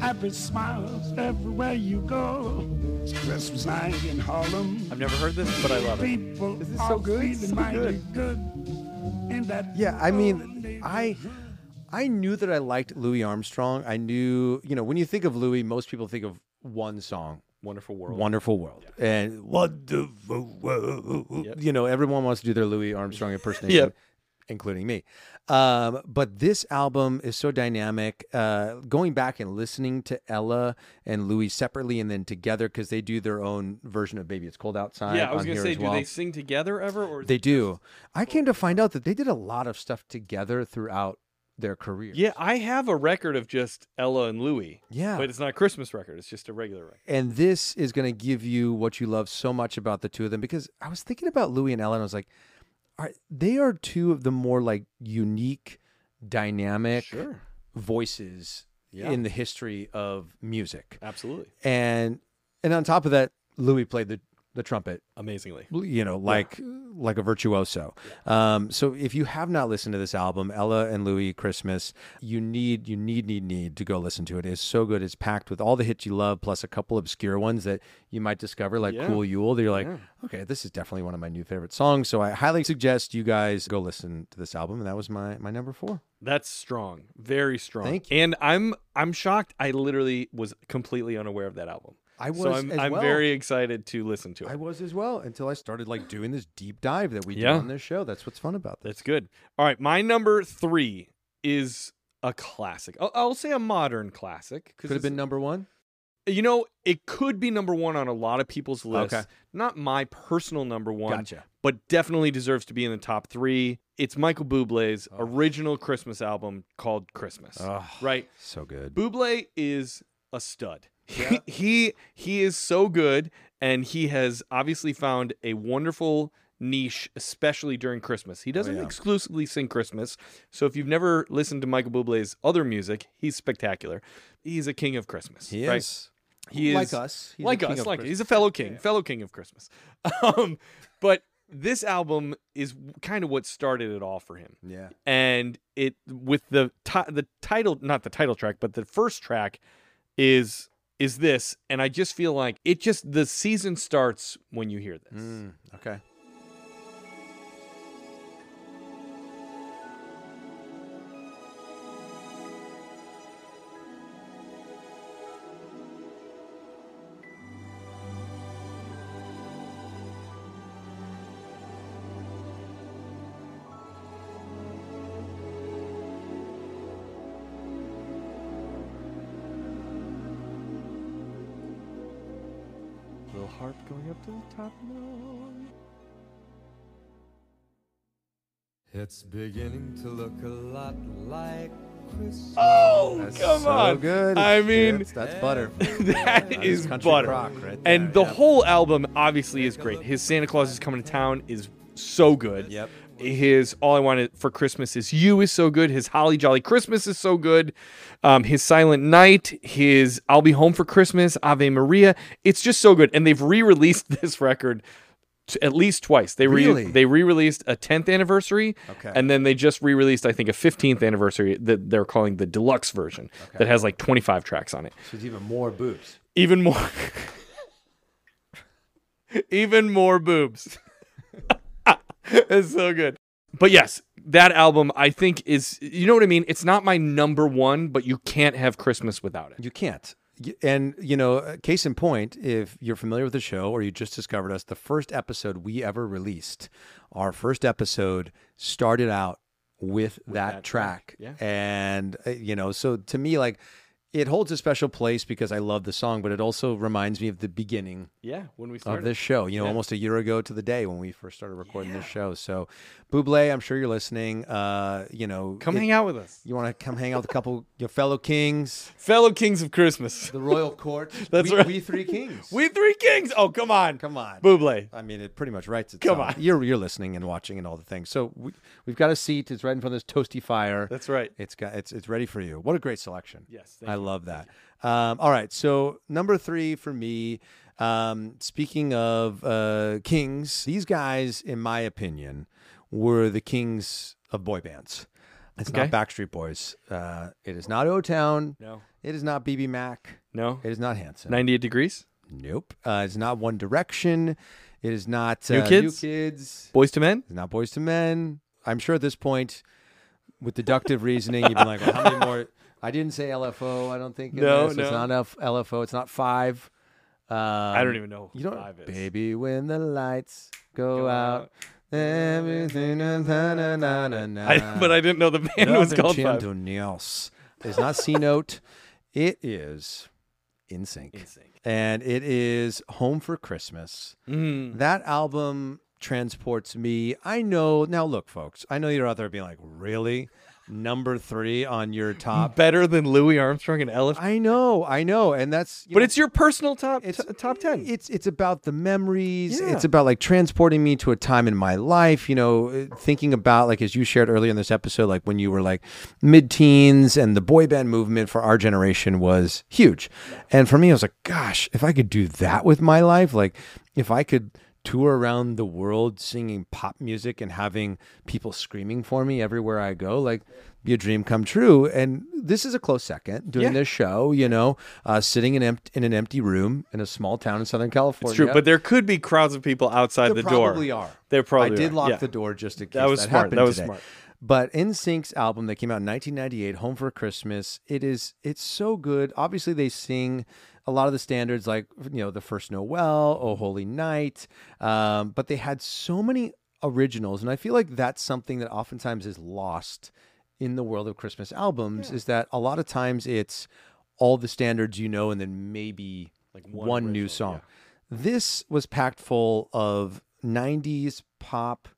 Speaker 6: Happy smiles everywhere you go. It's Christmas night in Harlem.
Speaker 2: I've never heard this, but I love it.
Speaker 6: People
Speaker 1: Is this
Speaker 6: are
Speaker 1: so good?
Speaker 6: feeling
Speaker 1: So
Speaker 6: mighty
Speaker 1: good.
Speaker 6: good. in that
Speaker 1: Yeah, I
Speaker 6: golden
Speaker 1: mean,
Speaker 6: neighborhood.
Speaker 1: I I knew that I liked Louis Armstrong. I knew, you know, when you think of Louis, most people think of one song,
Speaker 2: Wonderful World.
Speaker 1: Wonderful World. And Wonderful World.
Speaker 2: Yep.
Speaker 1: You know, everyone wants to do their Louis Armstrong impersonation.
Speaker 2: Yep.
Speaker 1: Including me, um, but this album is so dynamic. Uh, going back and listening to Ella and Louis separately and then together because they do their own version of "Baby It's Cold Outside."
Speaker 2: yeah, I was
Speaker 1: on
Speaker 2: gonna
Speaker 1: here
Speaker 2: say,
Speaker 1: as
Speaker 2: do
Speaker 1: well.
Speaker 2: they sing together ever? Or is
Speaker 1: They
Speaker 2: it
Speaker 1: do. I came to find out that they did a lot of stuff together throughout their career.
Speaker 2: Yeah, I have a record of just Ella and Louie.
Speaker 1: Yeah.
Speaker 2: But it's not a Christmas record, it's just a regular record.
Speaker 1: And this is going to give you what you love so much about the two of them because I was thinking about Louis and Ellen. I was like, are, they are two of the more like unique, dynamic voices
Speaker 2: Yeah.
Speaker 1: in the history of music.
Speaker 2: Absolutely.
Speaker 1: And and on top of that, Louis played the, the trumpet
Speaker 2: Amazingly.
Speaker 1: you know, like like a virtuoso. Um, so if you have not listened to this album, Ella and Louis Christmas, you need you need need need to go listen to it. It's so good. It's packed with all the hits you love, plus a couple obscure ones that you might discover, like
Speaker 2: Yeah.
Speaker 1: Cool Yule. That you're like, okay, this is definitely one of my new favorite songs. So I highly suggest you guys go listen to this album. And that was my my number four.
Speaker 2: That's strong. Very strong.
Speaker 1: Thank
Speaker 2: And I'm I'm shocked. I literally was completely unaware of that album.
Speaker 1: I
Speaker 2: so I'm, I'm very excited to listen to it.
Speaker 1: I was as well until I started like doing this deep dive that we
Speaker 2: Yeah.
Speaker 1: do on this show. That's what's fun about this.
Speaker 2: That's good. All right, my number three is a classic. I'll, I'll say a modern classic. 'cause
Speaker 1: Could have
Speaker 2: it's-
Speaker 1: been number one.
Speaker 2: You know, it could be number one on a lot of people's lists.
Speaker 1: Okay.
Speaker 2: Not my personal number one,
Speaker 1: Gotcha.
Speaker 2: but definitely deserves to be in the top three. It's Michael Bublé's original Christmas album called Christmas.
Speaker 1: Oh,
Speaker 2: Right?
Speaker 1: So good.
Speaker 2: Buble is a stud. *laughs* He, he he is so good, and he has obviously found a wonderful niche, especially during Christmas. He doesn't
Speaker 1: Oh, yeah.
Speaker 2: exclusively sing Christmas, so if you've never listened to Michael Bublé's other music, he's spectacular. He's a king of Christmas.
Speaker 1: He
Speaker 2: right?
Speaker 1: is.
Speaker 2: He
Speaker 1: Like
Speaker 2: is
Speaker 1: us. He's a
Speaker 2: like
Speaker 1: king
Speaker 2: us.
Speaker 1: of
Speaker 2: Like he's a
Speaker 1: Christmas.
Speaker 2: fellow king, fellow king of Christmas. *laughs* Um, but this album is kind of what started it all for him
Speaker 1: Yeah.
Speaker 2: and it with the ti- the title not the title track but the first track is is this and i just feel like it just the season starts when you hear this
Speaker 1: Mm. okay.
Speaker 2: little harp going up to the top
Speaker 7: It's beginning to look a lot like Christmas.
Speaker 2: oh
Speaker 1: That's
Speaker 2: come
Speaker 1: so
Speaker 2: on
Speaker 1: good.
Speaker 2: i
Speaker 1: It's-
Speaker 2: mean
Speaker 1: it's- that's butter.
Speaker 2: *laughs*
Speaker 1: *laughs*
Speaker 2: that
Speaker 1: That
Speaker 2: is
Speaker 1: is country
Speaker 2: butter
Speaker 1: rock right there,
Speaker 2: and the
Speaker 1: yeah.
Speaker 2: whole album obviously is great his santa claus is coming to town is so good
Speaker 1: Yep.
Speaker 2: his all i wanted for christmas is you is so good his holly jolly christmas is so good um, his silent night his i'll be home for christmas ave maria it's just so good and they've re-released *laughs* this record t- at least twice they re-
Speaker 1: Really?
Speaker 2: they re-released a 10th anniversary
Speaker 1: Okay.
Speaker 2: and then they just re-released i think a 15th anniversary that they're calling the deluxe version that has like 25 tracks on it
Speaker 1: She's even more boobs.
Speaker 2: even more even more boobs *laughs* it's so good but yes that album i think is you know what i mean it's not my number one but you can't have christmas without it
Speaker 1: You can't. Y- And you know, uh, case in point, if you're familiar with the show or you just discovered us, the first episode we ever released, our first episode started out with, that, track.
Speaker 2: yeah.
Speaker 1: And uh, you know, so to me, like, it holds a special place because I love the song, but it also reminds me of the beginning
Speaker 2: yeah when we
Speaker 1: of this show. You know, almost a year ago to the day when we first started recording this show. So, Buble, I'm sure you're listening. Uh, you know,
Speaker 2: come hang out with us
Speaker 1: You want to come hang out with a couple your fellow kings,
Speaker 2: fellow kings of christmas
Speaker 1: the royal court.
Speaker 2: *laughs* That's
Speaker 1: we,
Speaker 2: right.
Speaker 1: We three kings.
Speaker 2: we three kings oh come on
Speaker 1: come on.
Speaker 2: buble
Speaker 1: I mean, it pretty much writes itself.
Speaker 2: Come on.
Speaker 1: you're you're listening and watching and all the things. So we, we've got a seat. It's right in front of this toasty fire.
Speaker 2: that's right
Speaker 1: It's got it's it's ready for you. What a great selection.
Speaker 2: Yes, thank
Speaker 1: I
Speaker 2: you.
Speaker 1: love that. Um, all right, so number three for me. Um, speaking of uh, kings, these guys, in my opinion, were the kings of boy bands. It's
Speaker 2: Okay.
Speaker 1: not Backstreet Boys. Uh, it is not O Town.
Speaker 2: no
Speaker 1: It is not BB Mac.
Speaker 2: no
Speaker 1: It is not Hanson.
Speaker 2: 98 degrees
Speaker 1: Nope. Uh, it's not One Direction. It is not
Speaker 2: New
Speaker 1: uh,
Speaker 2: Kids?
Speaker 1: New Kids.
Speaker 2: boys to men
Speaker 1: It's not Boys to Men. I'm sure at this point, with deductive reasoning, you've been like, well, how many
Speaker 2: *laughs*
Speaker 1: more? I didn't say LFO. I don't think. in
Speaker 2: No,
Speaker 1: this. It's
Speaker 2: no.
Speaker 1: not F- LFO. It's not five. Um,
Speaker 2: i don't even know who
Speaker 1: You don't.
Speaker 2: five is.
Speaker 1: Baby, when the lights go,
Speaker 2: Go
Speaker 1: out,
Speaker 2: out.
Speaker 1: everything. is na, na, na, na, na.
Speaker 2: I, but i didn't know the *laughs* band was
Speaker 1: Nothing
Speaker 2: called
Speaker 1: to
Speaker 2: five
Speaker 1: do else. It's not C note. It is in sync. And it is Home for Christmas.
Speaker 2: Mm.
Speaker 1: That album transports me. I know now look, folks, I know you're out there being like, really? number three on your
Speaker 2: *laughs*
Speaker 1: top.
Speaker 2: Better than Louis Armstrong and Elephant.
Speaker 1: I know, I know, and that's you
Speaker 2: But
Speaker 1: know,
Speaker 2: it's your personal top
Speaker 1: it's
Speaker 2: t- top ten.
Speaker 1: It's it's about the memories.
Speaker 2: Yeah.
Speaker 1: It's about like transporting me to a time in my life. You know, uh, thinking about like as you shared earlier in this episode, like when you were like mid-teens and the boy band movement for our generation was huge. And for me, I was like, gosh, if I could do that with my life, like if I could tour around the world singing pop music and having people screaming for me everywhere I go, like be a dream come true. And this is a close second. Doing
Speaker 2: Yeah.
Speaker 1: this show, you know, uh, sitting in, empt- in an empty room in a small town in Southern California.
Speaker 2: It's true, but there could be crowds of people outside
Speaker 1: There
Speaker 2: the door.
Speaker 1: probably are.
Speaker 2: There probably
Speaker 1: I did
Speaker 2: are,
Speaker 1: lock
Speaker 2: yeah.
Speaker 1: the door just in case
Speaker 2: That
Speaker 1: that
Speaker 2: was smart,
Speaker 1: happened
Speaker 2: that was
Speaker 1: today.
Speaker 2: smart.
Speaker 1: But NSYNC's album that came out in 1998, Home for Christmas, it is it's so good. Obviously, they sing a lot of the standards like you know the first Noel, Oh Holy Night, um, but they had so many originals, and I feel like that's something that oftentimes is lost in the world of Christmas albums. Is that a lot of times it's all the standards you know, and then maybe like one,
Speaker 2: one
Speaker 1: new
Speaker 2: original,
Speaker 1: song.
Speaker 2: yeah.
Speaker 1: This was packed full of 90s pop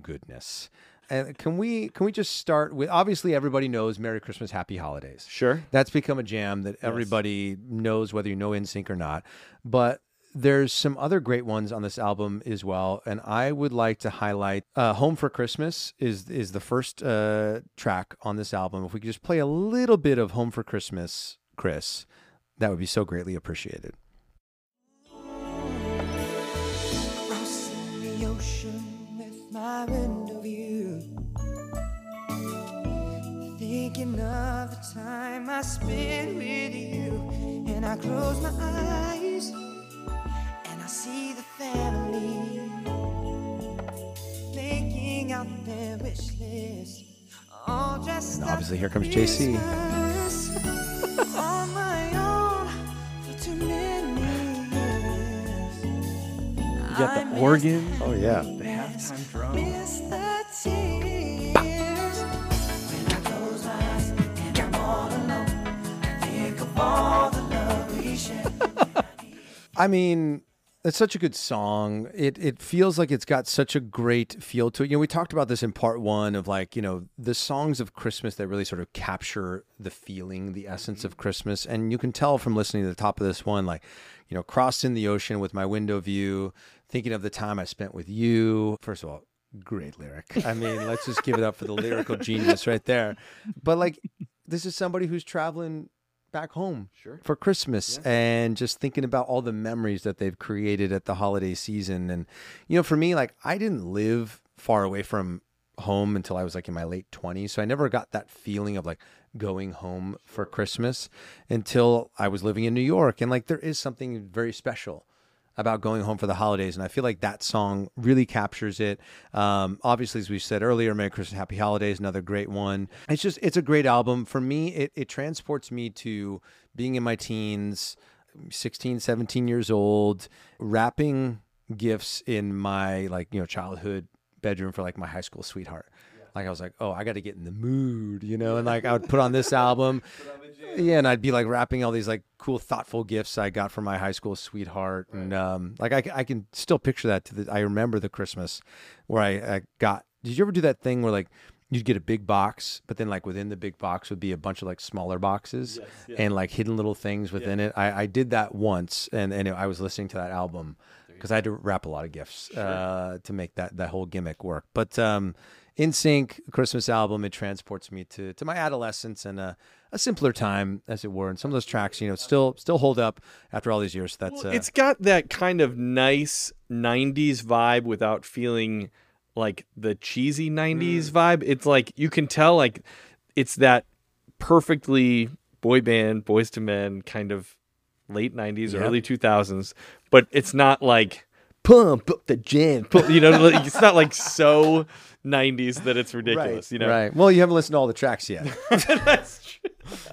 Speaker 1: goodness. And can we can we just start with obviously everybody knows Merry Christmas, Happy Holidays.
Speaker 2: Sure.
Speaker 1: That's become a jam that everybody knows whether you know NSYNC or not. But there's some other great ones on this album as well, and I would like to highlight uh, "Home for Christmas" is is the first uh, track on this album. If we could just play a little bit of "Home for Christmas," Chris, that would be so greatly appreciated.
Speaker 4: crossing the ocean with my window view. Thinking of the time I spent with you, and I close my eyes and I see the family making out their wish list. All dressed up
Speaker 1: Obviously, here
Speaker 4: for
Speaker 1: comes JC.
Speaker 4: Christmas. *laughs* on my own for too many years. You got the organ. Oh yeah. The halftime drum. Miss the tears. When I close my eyes and I'm all alone, I think of all the love we shared.
Speaker 1: I mean, it's such a good song. It it feels like it's got such a great feel to it. You know, we talked about this in part one of like, you know, the songs of Christmas that really sort of capture the feeling, the essence of Christmas. And you can tell from listening to the top of this one, like, you know, crossing the ocean with my window view, thinking of the time I spent with you. First of all, great lyric. I mean, let's just give it up for the lyrical genius right there. But like, this is somebody who's traveling back home for Christmas and just thinking about all the memories that they've created at the holiday season. And, you know, for me, like, I didn't live far away from home until I was like in my late 20s. So I never got that feeling of like going home for Christmas until I was living in New York. And, like, there is something very special about going home for the holidays. And I feel like that song really captures it. Um, obviously, as we said earlier, Merry Christmas, Happy Holidays, another great one. It's just, it's a great album. For me, it, it transports me to being in my teens, 16, 17 years old, wrapping gifts in my like, you know, childhood bedroom for like my high school sweetheart. Like I was like, oh, I got to get in the mood, you know, and like I would put on this album, yeah, and I'd be like wrapping all these like cool, thoughtful gifts I got from my high school sweetheart, and um, like I, c- I can still picture that. To the, I remember the Christmas where I, I got. Did you ever do that thing where like you'd get a big box, but then like within the big box would be a bunch of like smaller boxes and like hidden little things within it? I, I did that once, and and I was listening to that album because I had to wrap a lot of gifts uh, to make that that whole gimmick work. But um, in sync Christmas album, it transports me to to my adolescence and a, a simpler time, as it were. And some of those tracks, you know, still still hold up after all these years. So that's
Speaker 2: Well,
Speaker 1: uh,
Speaker 2: it's got that kind of nice 90s vibe without feeling like the cheesy
Speaker 1: Mm.
Speaker 2: 90s vibe it's like you can tell like it's that perfectly boy band boys to men kind of late 90s
Speaker 1: Yep.
Speaker 2: early 2000s but it's not like *laughs* pump up the jam pump, you know like, it's not like so 90s that it's ridiculous you know *laughs*
Speaker 1: right. Well, you haven't listened to all the tracks *laughs* yet.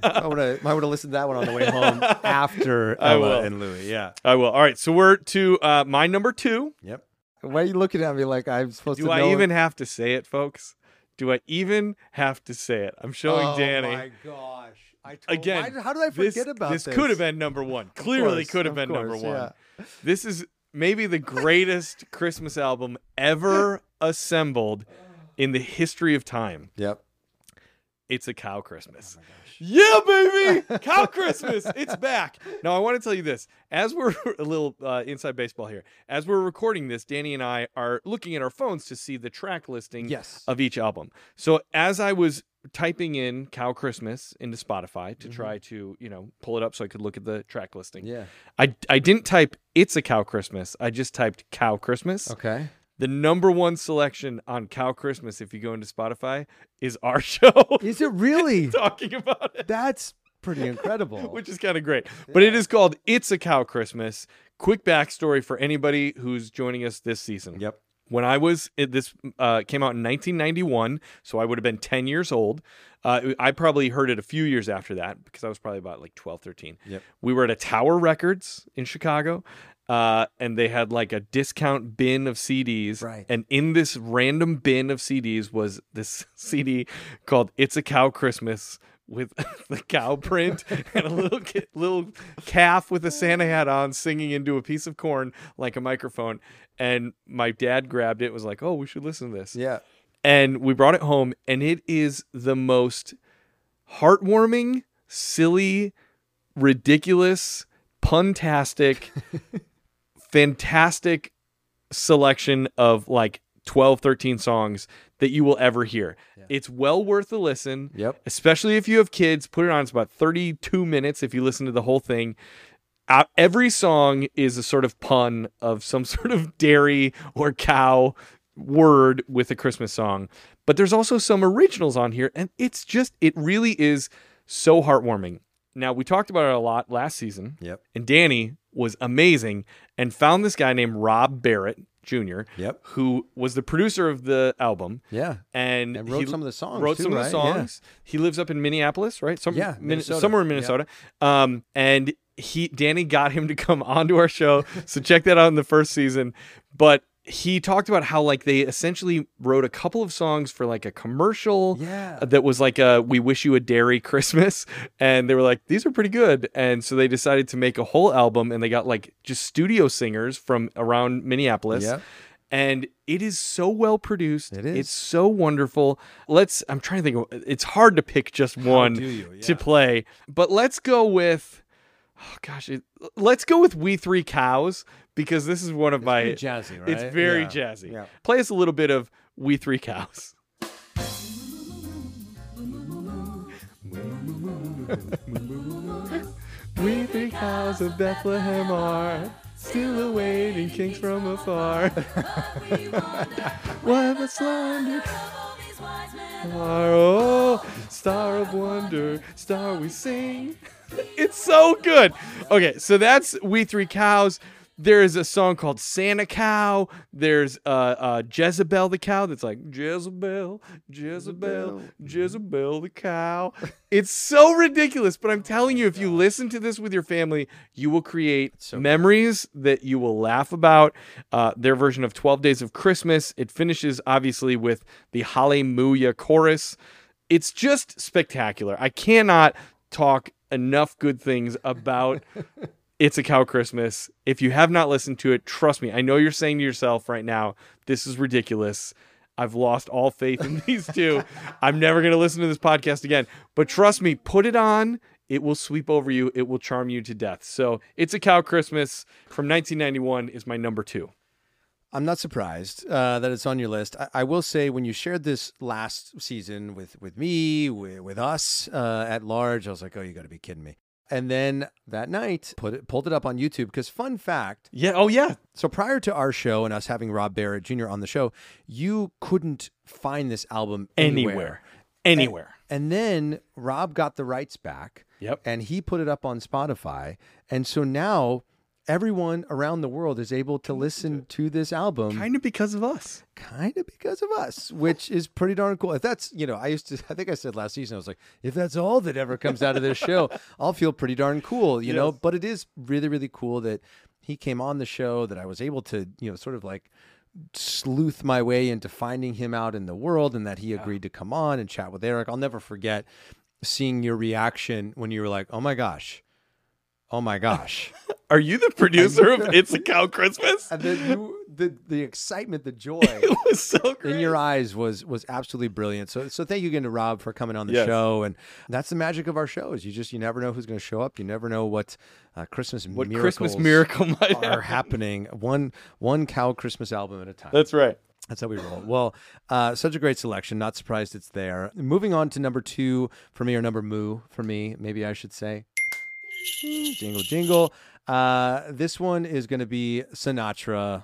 Speaker 1: I would have I would have listened to that one on the way *laughs* home after
Speaker 2: I
Speaker 1: Ella
Speaker 2: will.
Speaker 1: and Louie. Yeah.
Speaker 2: i will all right so we're to uh, my number two
Speaker 1: Yep. Why are you looking at me like I'm supposed
Speaker 2: Do
Speaker 1: to?
Speaker 2: I
Speaker 1: know-
Speaker 2: even have to say it, folks? Do I even have to say it? I'm showing
Speaker 1: Oh
Speaker 2: Danny.
Speaker 1: my gosh! I told,
Speaker 2: Again,
Speaker 1: why did- how did I
Speaker 2: this-
Speaker 1: forget about this?
Speaker 2: this? could have been number one. Clearly
Speaker 1: course,
Speaker 2: could have
Speaker 1: of
Speaker 2: been number
Speaker 1: course,
Speaker 2: one.
Speaker 1: yeah.
Speaker 2: This is maybe the greatest
Speaker 1: *laughs*
Speaker 2: Christmas album ever assembled in the history of time.
Speaker 1: Yep.
Speaker 2: It's a cow
Speaker 1: Oh
Speaker 2: Christmas. Yeah, baby!
Speaker 1: *laughs*
Speaker 2: Cow Christmas! It's back. Now, I want to tell you this. As we're *laughs* a little uh, inside baseball here, as we're recording this, Danny and I are looking at our phones to see the track listing
Speaker 1: Yes.
Speaker 2: of each album. So, as I was typing in Cow Christmas into Spotify to try to, you know, pull it up so I could look at the track listing,
Speaker 1: Mm-hmm. Yeah.
Speaker 2: I, I didn't type It's a Cow Christmas. I just typed Cow Christmas.
Speaker 1: Okay.
Speaker 2: The number one selection on Cow Christmas, if you go into Spotify, is our *laughs* show
Speaker 1: Is it *laughs* really?
Speaker 2: *laughs* talking about it,
Speaker 1: That's pretty *laughs* incredible.
Speaker 2: which is kind of great. But it is called It's a Cow Christmas. Quick backstory for anybody who's joining us this season.
Speaker 1: Yep.
Speaker 2: When I was, it, this uh, came out in 1991, so I would have been 10 years old. Uh, I probably heard it a few years after that because I was probably about like 12, 13.
Speaker 1: Yep.
Speaker 2: We were at a Tower Records in Chicago, uh, and they had like a discount bin of CDs.
Speaker 1: Right.
Speaker 2: And in this random bin of CDs was this *laughs* CD called "It's a Cow Christmas." With *laughs* the cow print and a little ki- little calf with a Santa hat on singing into a piece of corn like a microphone, and my dad grabbed it was like, "Oh, we should listen to this."
Speaker 1: yeah.
Speaker 2: and we brought it home and it is the most heartwarming silly ridiculous puntastic fantastic selection of like 12 13 songs that you will ever hear it's well worth a listen
Speaker 1: Yep.
Speaker 2: especially if you have kids put it on it's about 32 minutes if you listen to the whole thing uh, every song is a sort of pun of some *laughs* sort of dairy or cow word with a Christmas song. But there's also some originals on here, and it's just, it really is so heartwarming. Now, we talked about it a lot last season,
Speaker 1: Yep.
Speaker 2: and Danny was amazing and found this guy named Rob Barrett Jr.,
Speaker 1: Yep.
Speaker 2: who was the producer of the album.
Speaker 1: Yeah.
Speaker 2: And,
Speaker 1: And wrote
Speaker 2: he
Speaker 1: some of the songs
Speaker 2: Wrote
Speaker 1: too,
Speaker 2: some of the
Speaker 1: right? Yeah.
Speaker 2: songs. He lives up in Minneapolis, right? Some,
Speaker 1: Yeah,
Speaker 2: Min-
Speaker 1: Minnesota.
Speaker 2: somewhere in
Speaker 1: Yeah.
Speaker 2: Minnesota. Um, and he Danny got him to come *laughs* onto our show. so check that out in the first season. But he talked about how like they essentially wrote a couple of songs for like a commercial
Speaker 1: Yeah.
Speaker 2: that was like a we wish you a dairy christmas and they were like these are pretty good and so they decided to make a whole album and they got like just studio singers from around minneapolis
Speaker 1: Yep.
Speaker 2: and it is so well produced
Speaker 1: It is.
Speaker 2: it's so wonderful let's i'm trying to think of, it's hard to pick just one
Speaker 1: do you?
Speaker 2: to
Speaker 1: Yeah.
Speaker 2: play but let's go with oh gosh it, let's go with we three cows because this is one of my
Speaker 1: pretty jazzy, right?
Speaker 2: it's very
Speaker 1: Yeah.
Speaker 2: jazzy
Speaker 1: Yeah.
Speaker 2: play us a little bit of we three cows *laughs* We three cows of Bethlehem are still awaiting kings from afar. *laughs* what a slander are, oh, star of wonder, star we sing. It's so good. Okay, so that's We Three Cows. There is a song called Santa Cow. There's uh, uh, Jezebel the cow that's like Jezebel, Jezebel, Jezebel the cow. It's so ridiculous, but I'm telling you, if you listen to this with your family, you will create memories that you will laugh about. Uh, their version of 12 Days of Christmas. It finishes obviously with the Hallelujah chorus. It's just spectacular. I cannot talk enough good things *laughs* about It's a Cow Christmas. If you have not listened to it, trust me. I know you're saying to yourself right now, this is ridiculous. I've lost all faith in these *laughs* two. I'm never going to listen to this podcast again. But trust me, put it on. It will sweep over you. It will charm you to death. So, It's a Cow Christmas from 1991 is my number two.
Speaker 1: I'm not surprised uh, that it's on your list. I, I will say, when you shared this last season with with me, with, with us uh, at large, I was like, "Oh, you got to be kidding me!" And then that night, put it, pulled it up on YouTube because, fun fact,
Speaker 2: Yeah. Oh, yeah.
Speaker 1: so prior to our show and us having Rob Barrett Jr. on the show, you couldn't find this album
Speaker 2: Anywhere. Anywhere.
Speaker 1: And then Rob got the rights back.
Speaker 2: Yep.
Speaker 1: And he put it up on Spotify. And so now everyone around the world is able to listen to this album
Speaker 2: Kind of because of us.
Speaker 1: kind of because of us, which is pretty darn cool. If that's, you know, I used to, I think I said last season, I was like, if that's all that ever comes out of this *laughs* show, I'll feel pretty darn cool, you know? But it is really, really cool that he came on the show, that I was able to, you know, sort of like sleuth my way into finding him out in the world and that he agreed to come on and chat with Eric. I'll never forget seeing your reaction when you were like, oh my gosh. Oh my gosh.
Speaker 2: Are you *laughs* the producer of It's a Cow *laughs* Christmas?
Speaker 1: and
Speaker 2: It
Speaker 1: then you, *laughs* the the excitement, the *laughs* joy
Speaker 2: was so great.
Speaker 1: in your eyes was was absolutely brilliant. So so thank you again to Rob for coming on the
Speaker 2: Yes.
Speaker 1: show, and that's the magic of our show is you just you never know who's going to show up. You never know what uh, Christmas
Speaker 2: what
Speaker 1: miracles
Speaker 2: Christmas miracle *laughs* might
Speaker 1: are
Speaker 2: happen.
Speaker 1: happening one one cow Christmas album at a time.
Speaker 2: That's right.
Speaker 1: That's how we roll. Well, uh, such a great selection. Not surprised it's there. Moving on to number two for me, or number moo for me, maybe I should say. Jingle, jingle. Uh, this one is going to be Sinatra,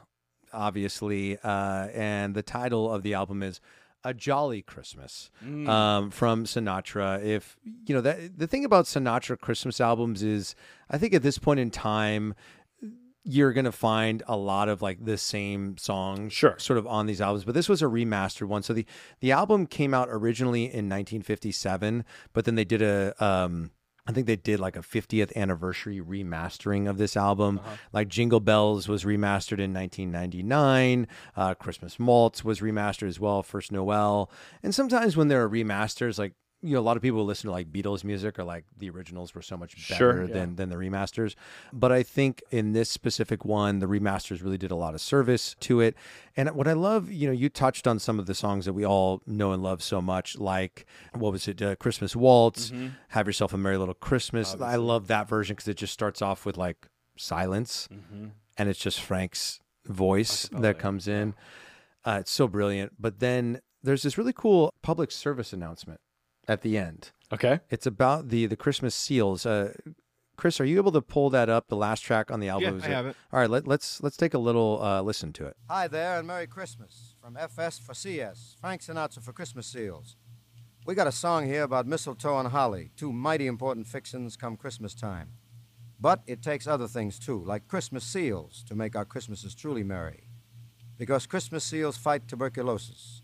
Speaker 1: obviously. Uh, and the title of the album is A Jolly Christmas
Speaker 2: Mm.
Speaker 1: um, from Sinatra. If, you know, that the thing about Sinatra Christmas albums is, I think at this point in time, you're gonna find a lot of like the same songs
Speaker 2: Sure.
Speaker 1: sort of on these albums but this was a remastered one so the the album came out originally in 1957 but then they did a um I think they did like a 50th anniversary remastering of this album. Like Jingle Bells was remastered in 1999. Uh, Christmas Maltz was remastered as well, First Noel. And sometimes when there are remasters, like, you know, a lot of people listen to like Beatles music or like the originals were so much better
Speaker 2: Sure, yeah.
Speaker 1: than than than the remasters. But I think in this specific one, the remasters really did a lot of service to it. And what I love, you know, you touched on some of the songs that we all know and love so much, like what was it, uh, Christmas Waltz,
Speaker 2: Mm-hmm.
Speaker 1: Have Yourself a Merry Little Christmas. I love that version because it just starts off with like silence,
Speaker 2: Mm-hmm.
Speaker 1: and it's just Frank's voice that comes in. Uh, it's so brilliant. But then there's this really cool public service announcement at the end.
Speaker 2: Okay.
Speaker 1: It's about the the Christmas seals. Uh, Chris, are you able to pull that up? The last track on the album. Is
Speaker 5: Yeah, I have it.
Speaker 1: All right, let, let's let's take a little uh, listen to it.
Speaker 8: Hi there, and Merry Christmas from FS for CS, Frank Sinatra for Christmas Seals. We got a song here about mistletoe and holly, two mighty important fixins come Christmas time. But it takes other things too, like Christmas seals, to make our Christmases truly merry. Because Christmas seals fight tuberculosis.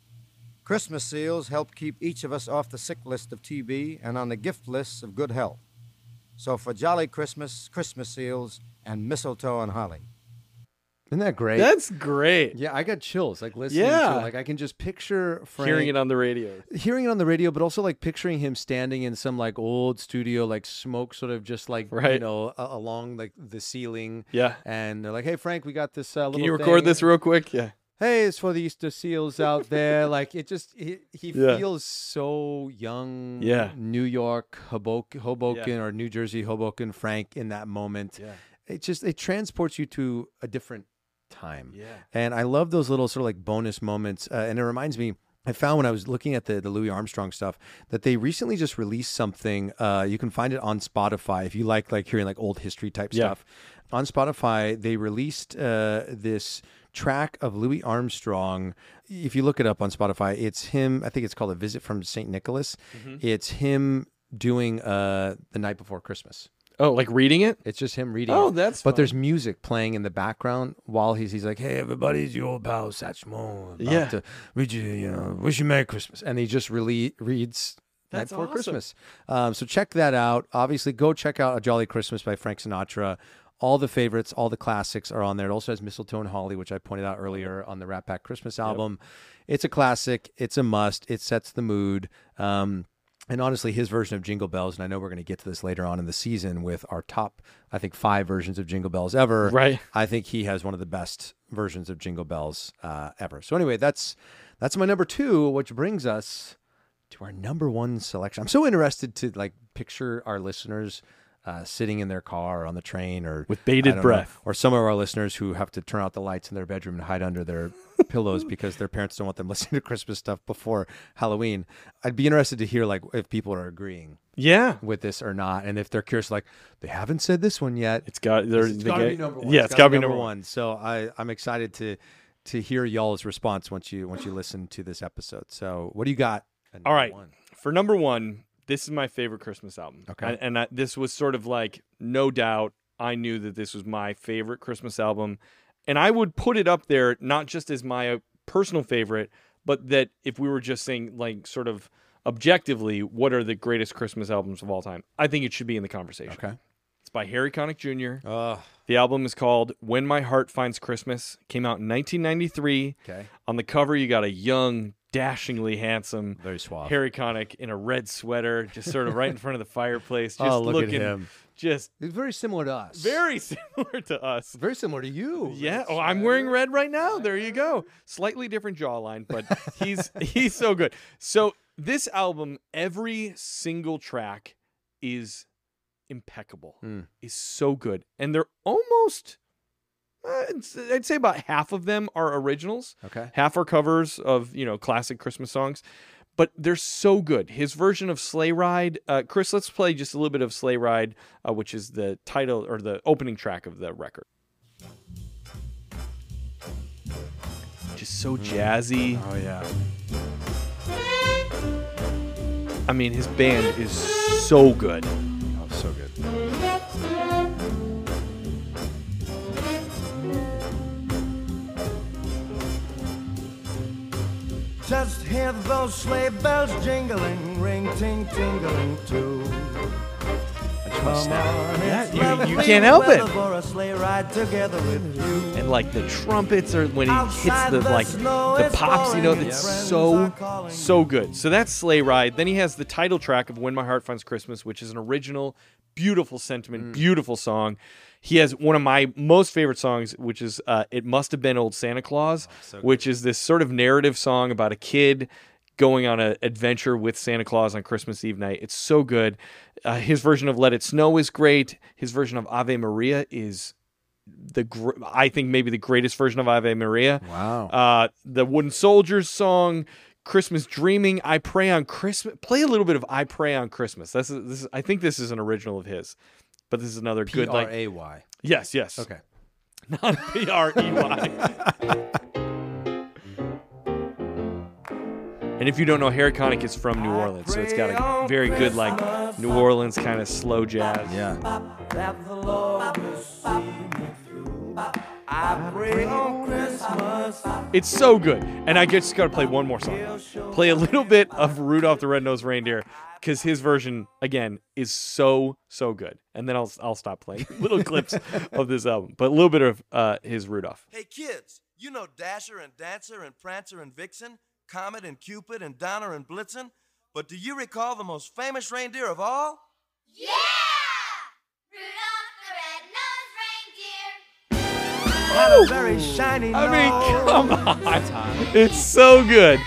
Speaker 8: Christmas seals help keep each of us off the sick list of TB and on the gift lists of good health. So for Jolly Christmas, Christmas seals, and mistletoe and holly.
Speaker 1: Isn't that great?
Speaker 2: That's great.
Speaker 1: yeah, I got chills. Like listening
Speaker 2: Yeah.
Speaker 1: to it. like I can just picture Frank
Speaker 2: Hearing it on the radio.
Speaker 1: hearing it on the radio, but also like picturing him standing in some like old studio, like smoke sort of just like you
Speaker 2: Right.
Speaker 1: know a- along like the ceiling.
Speaker 2: Yeah.
Speaker 1: And they're like, "Hey Frank, we got this uh, little."
Speaker 2: Can you record
Speaker 1: thing.
Speaker 2: this real quick? Yeah.
Speaker 1: hey, it's for the Easter seals out there.
Speaker 2: *laughs*
Speaker 1: Like it just he, he
Speaker 2: Yeah.
Speaker 1: feels so young.
Speaker 2: Yeah.
Speaker 1: New York Hoboken, Hoboken or New Jersey Hoboken Frank in that moment.
Speaker 2: Yeah.
Speaker 1: It just it transports you to a different time.
Speaker 2: Yeah.
Speaker 1: And I love those little sort of like bonus moments. Uh, and it reminds me, I found when I was looking at the, the Louis Armstrong stuff that they recently just released something. Uh, you can find it on Spotify if you like like hearing like old history type
Speaker 2: Yeah.
Speaker 1: stuff. On Spotify, they released uh, this track of Louis Armstrong. If you look it up on Spotify, it's him. I think it's called "A Visit from St. Nicholas."
Speaker 2: Mm-hmm.
Speaker 1: It's him doing uh, "The Night Before Christmas."
Speaker 2: Oh, like reading it?
Speaker 1: It's just him reading.
Speaker 2: Oh,
Speaker 1: it.
Speaker 2: that's
Speaker 1: but
Speaker 2: fun.
Speaker 1: there's music playing in the background while he's he's like, "Hey, everybody, it's your old pal Satchmo. About
Speaker 2: Yeah.
Speaker 1: to read you, you know, wish you merry Christmas." And he just really reads. Night
Speaker 2: That's
Speaker 1: Before
Speaker 2: awesome.
Speaker 1: Christmas. Um, so check that out. Obviously, go check out A Jolly Christmas by Frank Sinatra. All the favorites, all the classics are on there. It also has Mistletoe and Holly, which I pointed out earlier on the Rat Pack Christmas album. It's a classic. It's a must. It sets the mood. Um, and honestly, his version of Jingle Bells, and I know we're going to get to this later on in the season with our top, I think, five versions of Jingle Bells ever.
Speaker 2: Right.
Speaker 1: I think he has one of the best versions of Jingle Bells uh, ever. So anyway, that's that's my number two, which brings us to our number one selection. I'm so interested to like picture our listeners uh, sitting in their car, or on the train, or
Speaker 2: With bated
Speaker 1: I don't know,
Speaker 2: breath.
Speaker 1: or some of our listeners who have to turn out the lights in their bedroom and hide under
Speaker 2: *laughs*
Speaker 1: their pillows because their parents don't want them *laughs* listening to Christmas stuff before Halloween. I'd be interested to hear like if people are agreeing
Speaker 2: Yeah.
Speaker 1: with this or not, and if they're curious, like they haven't said this one yet.
Speaker 2: It's got there.
Speaker 1: It's got to be number one.
Speaker 2: Yeah, it's got to be
Speaker 1: number
Speaker 2: number one.
Speaker 1: So I, I'm excited to to hear y'all's response once you once you listen to this episode. So what do you got? at
Speaker 2: All
Speaker 1: number
Speaker 2: right.
Speaker 1: one?
Speaker 2: For number one, this is my favorite Christmas album.
Speaker 1: Okay.
Speaker 2: And, and I, this was sort of like, no doubt, I knew that this was my favorite Christmas album. And I would put it up there, not just as my uh, personal favorite, but that if we were just saying, like, sort of objectively, what are the greatest Christmas albums of all time? I think it should be in the conversation.
Speaker 1: Okay.
Speaker 2: It's by Harry Connick Jr.
Speaker 1: Uh,
Speaker 2: The album is called When My Heart Finds Christmas. Came out in 1993.
Speaker 1: okay.
Speaker 2: On the cover, you got a young dashingly handsome.
Speaker 1: Very suave.
Speaker 2: Harry Connick in a red sweater, just sort of right in front of the fireplace,
Speaker 1: *laughs*
Speaker 2: just
Speaker 1: Oh, look at
Speaker 2: looking
Speaker 1: him.
Speaker 2: just
Speaker 1: It's very similar to us.
Speaker 2: very *laughs* similar to us.
Speaker 1: very similar to you.
Speaker 2: Yeah. Oh, I'm wearing red right now. There you go. Slightly different jawline, but
Speaker 1: *laughs*
Speaker 2: he's he's so good. So this album, every single track is impeccable.
Speaker 1: Mm.
Speaker 2: Is so good, and they're almost. uh, it's- I'd say about half of them are originals.
Speaker 1: Okay.
Speaker 2: Half are covers of you know classic Christmas songs, but they're so good. His version of Sleigh Ride, uh, Chris. Let's play just a little bit of Sleigh Ride, uh, which is the title or the opening track of the record. Just so jazzy.
Speaker 1: Oh yeah.
Speaker 2: I mean, his band is so good.
Speaker 1: Oh, so good.
Speaker 7: *laughs* Just hear those sleigh bells jingling, ring ting tingling too.
Speaker 1: I just want to snap.
Speaker 2: Yeah, you-
Speaker 7: Lovely
Speaker 2: you can't help
Speaker 7: weather
Speaker 2: it.
Speaker 7: For a sleigh ride together with you.
Speaker 2: And like the trumpets are when he hits
Speaker 7: Outside
Speaker 2: the
Speaker 7: the
Speaker 2: like
Speaker 7: snow
Speaker 2: the
Speaker 7: is
Speaker 2: pops, you know,
Speaker 7: pouring and
Speaker 2: it's
Speaker 7: friends
Speaker 2: so
Speaker 7: are calling
Speaker 2: so good. So that's Sleigh Ride. Then he has the title track of When My Heart Finds Christmas, which is an original, beautiful sentiment, beautiful song. He has one of my most favorite songs, which is uh, It Must Have Been Old Santa Claus, which is this sort of narrative song about a kid going on an adventure with Santa Claus on Christmas Eve night. It's so good. Uh, his version of Let It Snow is great. His version of Ave Maria is the gr- I think maybe the greatest version of Ave Maria.
Speaker 1: Wow.
Speaker 2: Uh, the Wooden Soldiers song, Christmas Dreaming, I Pray on Christmas. Play a little bit of I Pray on Christmas. That's this. Is, I think this is an original of his, but this is another good
Speaker 1: R
Speaker 2: like
Speaker 1: A Y.
Speaker 2: yes, yes,
Speaker 1: Okay.
Speaker 2: not P R E Y. And if you don't know, Harry Connick is from New Orleans, so it's got a very good like New Orleans kind of slow jazz.
Speaker 1: Yeah.
Speaker 7: That the Lord will see me through. I pray on Christmas.
Speaker 2: It's so good. And I just got to play one more song. Play a little bit of Rudolph the Red-Nosed Reindeer cuz his version again is so so good. And then I'll I'll stop playing *laughs* little clips of this album, but a little bit of uh his Rudolph.
Speaker 4: Hey kids, you know Dasher and Dancer and Prancer and Vixen, Comet and Cupid and Donner and Blitzen, but do you recall the most famous reindeer of all?
Speaker 9: Yeah! Rudolph the Red-Nosed Reindeer.
Speaker 7: Had a very shiny
Speaker 2: I mean,
Speaker 7: nose.
Speaker 2: come on. It's so good.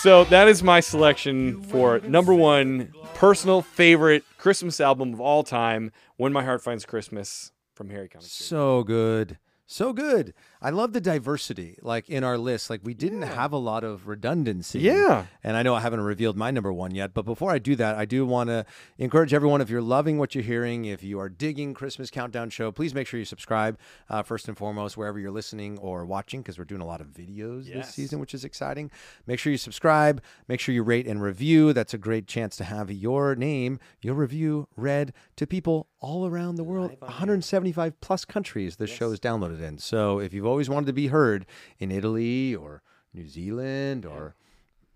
Speaker 2: So that is my selection for number 1 personal favorite Christmas album of all time, When My Heart Finds Christmas from Harry Connick. Jr.
Speaker 1: So good. So good. I love the diversity, like in our list. Like we didn't have a lot of redundancy.
Speaker 2: Yeah.
Speaker 1: And I know I haven't revealed my number one yet, but before I do that, I do want to encourage everyone if you're loving what you're hearing, if you are digging Christmas Countdown Show, please make sure you subscribe uh, first and foremost, wherever you're listening or watching, because we're doing a lot of videos this
Speaker 2: Yes.
Speaker 1: season, which is exciting. Make sure you subscribe, make sure you rate and review. That's a great chance to have your name, your review read to people all around the world, 175 plus countries this show is downloaded in. So if you've always wanted to be heard in Italy or New Zealand or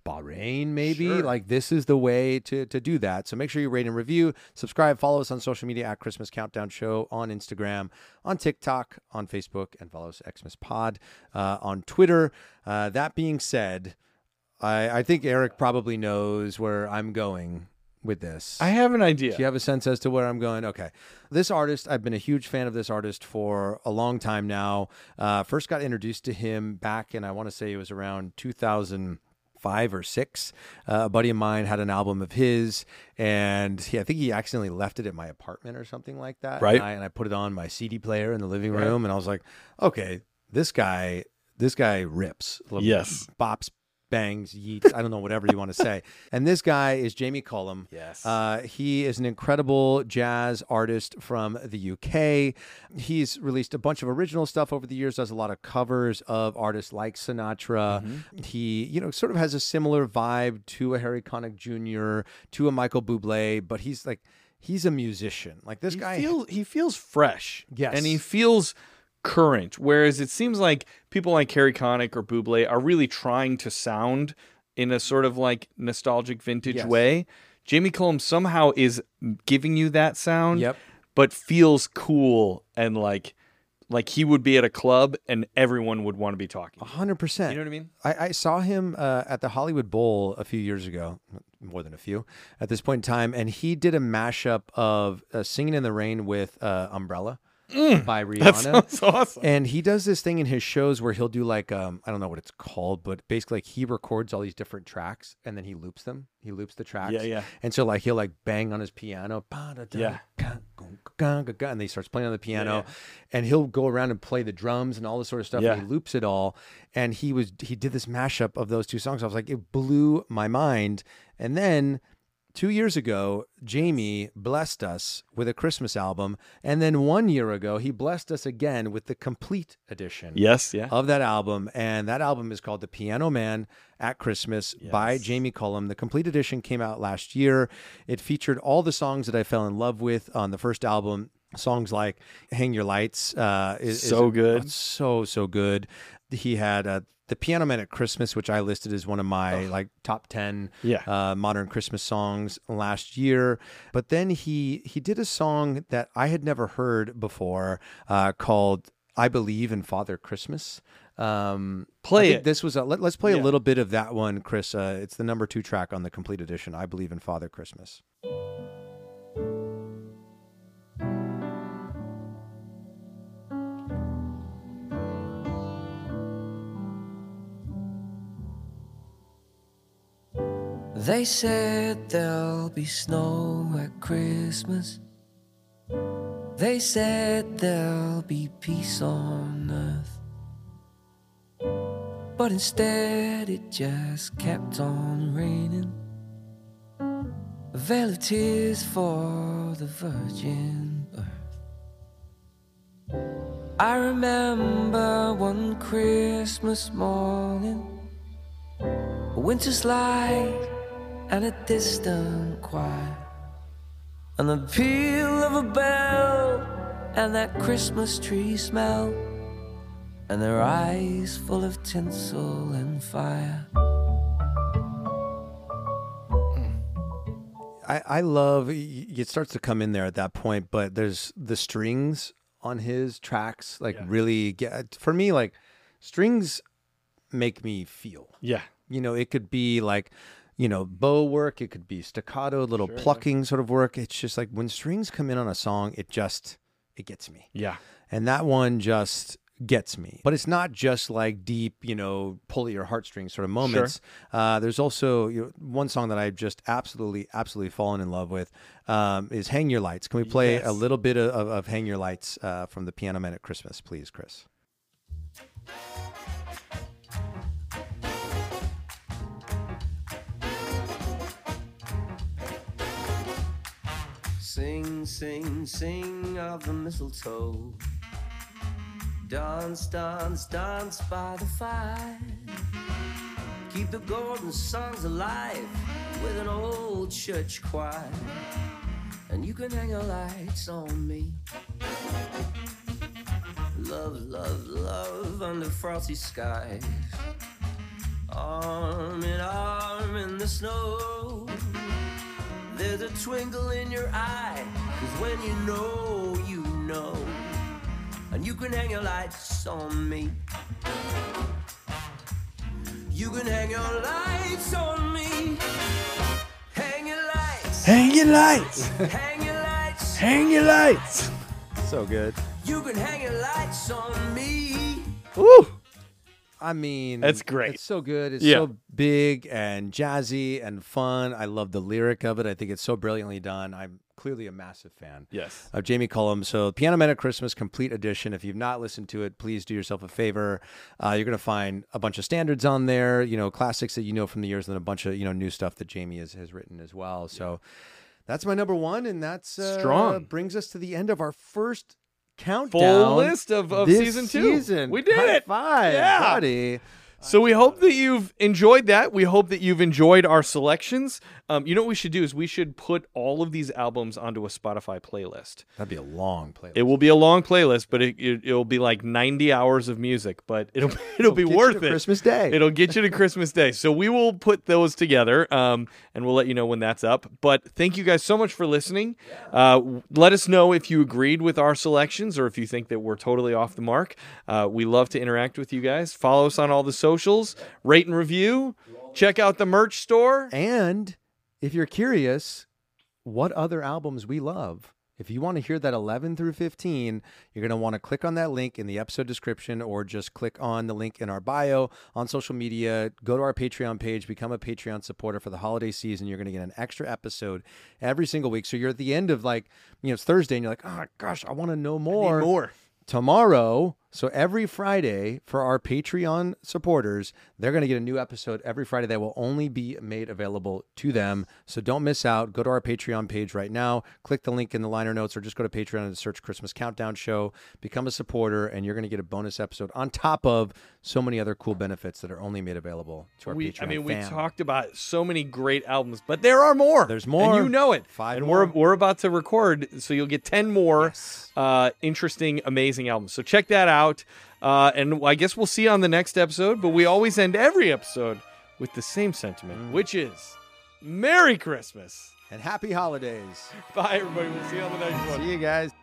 Speaker 1: Bahrain, maybe. Like this is the way to to do that. So make sure you rate and review, subscribe, follow us on social media at Christmas Countdown Show on Instagram, on TikTok, on Facebook, and follow us Xmas Pod uh, on Twitter. Uh, that being said, I, I think Eric probably knows where I'm going with this.
Speaker 2: I have an idea.
Speaker 1: Do you have a sense as to where I'm going? Okay. This artist, I've been a huge fan of this artist for a long time now. Uh, first got introduced to him back in, I want to say it was around 2005 or six. Uh, a buddy of mine had an album of his, and he, I think he accidentally left it at my apartment or something like that.
Speaker 2: Right.
Speaker 1: And I, and I put it on my CD player in the living room, and I was like, okay, this guy, this guy rips.
Speaker 2: Yes.
Speaker 1: Bops. Bangs, yeets, I don't know, whatever you want to say. And this guy is Jamie Cullum.
Speaker 2: Yes.
Speaker 1: Uh, he is an incredible jazz artist from the UK. He's released a bunch of original stuff over the years, does a lot of covers of artists like Sinatra.
Speaker 2: Mm-hmm.
Speaker 1: He, you know, sort of has a similar vibe to a Harry Connick Jr., to a Michael Bublé, but he's like, he's a musician. Like this
Speaker 2: he
Speaker 1: guy.
Speaker 2: feels he feels fresh.
Speaker 1: Yes.
Speaker 2: and he feels current. Whereas it seems like people like Harry Connick or Buble are really trying to sound in a sort of like nostalgic vintage
Speaker 1: Yes.
Speaker 2: way. Jamie Cullum somehow is giving you that sound.
Speaker 1: Yep.
Speaker 2: but feels cool and like Like he would be at a club and everyone would want to be talking.
Speaker 1: hundred percent.
Speaker 2: You know what I mean?
Speaker 1: I, I saw him uh, at the Hollywood Bowl a few years ago, more than a few at this point in time, and he did a mashup of uh, "Singing in the Rain" with uh, "Umbrella" by Rihanna.
Speaker 2: *laughs* That's awesome.
Speaker 1: And he does this thing in his shows where he'll do like um I don't know what it's called, but basically like he records all these different tracks and then he loops them. He loops the tracks.
Speaker 2: Yeah, yeah.
Speaker 1: And so like he'll like bang on his piano.
Speaker 2: Yeah.
Speaker 1: And then he starts playing on the piano and he'll go around and play the drums and all this sort of stuff. And
Speaker 2: Yeah.
Speaker 1: he loops it all. And he was he did this mashup of those two songs. I was like, it blew my mind. And then Two years ago, Jamie blessed us with a Christmas album. And then one year ago, he blessed us again with the complete edition
Speaker 2: Yes, yeah.
Speaker 1: of that album. And that album is called The Piano Man at Christmas by Jamie Cullum. The complete edition came out last year. It featured all the songs that I fell in love with on the first album. Songs like "Hang Your Lights" uh, is
Speaker 2: So
Speaker 1: is-
Speaker 2: good.
Speaker 1: oh, so so good. He had uh, "The Piano Man at Christmas," which I listed as one of my like top ten
Speaker 2: Yeah.
Speaker 1: uh, modern Christmas songs last year. But then he he did a song that I had never heard before uh, called "I Believe in Father Christmas." Um,
Speaker 2: Play
Speaker 1: I think
Speaker 2: it.
Speaker 1: This was a, let, us play a
Speaker 2: Yeah.
Speaker 1: little bit of that one, Chris. Uh, it's the number two track on the complete edition. I believe in Father Christmas.
Speaker 4: They said there'll be snow at Christmas. They said there'll be peace on earth. But instead, it just kept on raining. A veil of tears for the virgin birth. I remember one Christmas morning, a winter's light and a distant choir, and the peal of a bell, and that Christmas tree smell, and their eyes full of tinsel and fire.
Speaker 1: I, I love y- y- it starts to come in there at that point, but there's the strings on his tracks like really get for me like strings make me feel.
Speaker 2: Yeah.
Speaker 1: You know, it could be like, you know, bow work, it could be staccato, little plucking sort of work. It's just like when strings come in on a song, it just it gets me.
Speaker 2: Yeah.
Speaker 1: And that one just gets me. But it's not just like deep, you know, pull at your heartstrings sort of moments. Uh, there's also you know, one song that I've just absolutely, absolutely fallen in love with um, is Hang Your Lights. Can we play a little bit of, of, of Hang Your Lights uh, from the Piano Man at Christmas, please, Chris?
Speaker 4: Sing, sing, sing of the mistletoe. Dance, dance, dance by the fire. Keep the golden songs alive with an old church choir. And you can hang your lights on me. Love, love, love under frosty skies. Arm in arm in the snow. There's a twinkle in your eye, cause when you know, you know. And you can hang your lights on me. You can hang your lights on me. Hang your lights.
Speaker 2: Hang your lights.
Speaker 4: hang your lights.
Speaker 2: Hang your lights.
Speaker 1: So good.
Speaker 4: You can hang your lights on me.
Speaker 2: Woo.
Speaker 1: I mean,
Speaker 2: That's great.
Speaker 1: It's so good. It's
Speaker 2: Yeah.
Speaker 1: so big and jazzy and fun. I love the lyric of it. I think it's so brilliantly done. I'm clearly a massive fan
Speaker 2: Yes.
Speaker 1: of Uh, Jamie Cullum. So, Piano Man at Christmas Complete Edition. If you've not listened to it, please do yourself a favor. Uh, you're going to find a bunch of standards on there, you know, classics that you know from the years, and then a bunch of you know new stuff that Jamie has, has written as well. So, that's my number one, and that's uh,
Speaker 2: Strong.
Speaker 1: Brings us to the end of our first countdown
Speaker 2: list of- of
Speaker 1: this
Speaker 2: season two.
Speaker 1: Season.
Speaker 2: We did
Speaker 1: High
Speaker 2: it.
Speaker 1: Five,
Speaker 2: Yeah.
Speaker 1: buddy.
Speaker 2: So we hope that you've enjoyed that. We hope that you've enjoyed our selections. Um, you know what we should do is we should put all of these albums onto a Spotify playlist.
Speaker 1: That'd be a long playlist.
Speaker 2: It will be a long playlist, but it, it it'll be like 90 hours of music, but it'll *laughs* it'll be
Speaker 1: Get you
Speaker 2: worth
Speaker 1: to
Speaker 2: it.
Speaker 1: Christmas Day.
Speaker 2: It'll get you to Christmas Day. So we will put those together, um, and we'll let you know when that's up. But thank you guys so much for listening. Uh, w- let us know if you agreed with our selections or if you think that we're totally off the mark. Uh, we love to interact with you guys. Follow us on all the socials. Rate and review. Check out the merch store.
Speaker 1: And if you're curious what other albums we love, if you want to hear that 11 through 15, you're going to want to click on that link in the episode description or just click on the link in our bio on social media. Go to our Patreon page, become a Patreon supporter for the holiday season. You're going to get an extra episode every single week. So you're at the end of like, you know, it's Thursday and you're like, oh gosh, I want to know more
Speaker 2: More.
Speaker 1: tomorrow so every friday for our patreon supporters they're going to get a new episode every friday that will only be made available to them so don't miss out go to our patreon page right now click the link in the liner notes or just go to patreon and search christmas countdown show become a supporter and you're going to get a bonus episode on top of so many other cool benefits that are only made available to our
Speaker 2: we,
Speaker 1: patreon
Speaker 2: I mean, we
Speaker 1: fam.
Speaker 2: talked about so many great albums, but there are more.
Speaker 1: There's more.
Speaker 2: and you know it.
Speaker 1: Five
Speaker 2: and
Speaker 1: more.
Speaker 2: we're we're about to record, so you'll get ten more uh, interesting, amazing albums. So check that out, uh, and I guess we'll see you on the next episode. But we always end every episode with the same sentiment,
Speaker 1: Mm.
Speaker 2: which is Merry Christmas. *laughs*
Speaker 1: and happy holidays
Speaker 2: Bye, everybody. We'll see you on the next one.
Speaker 1: see you guys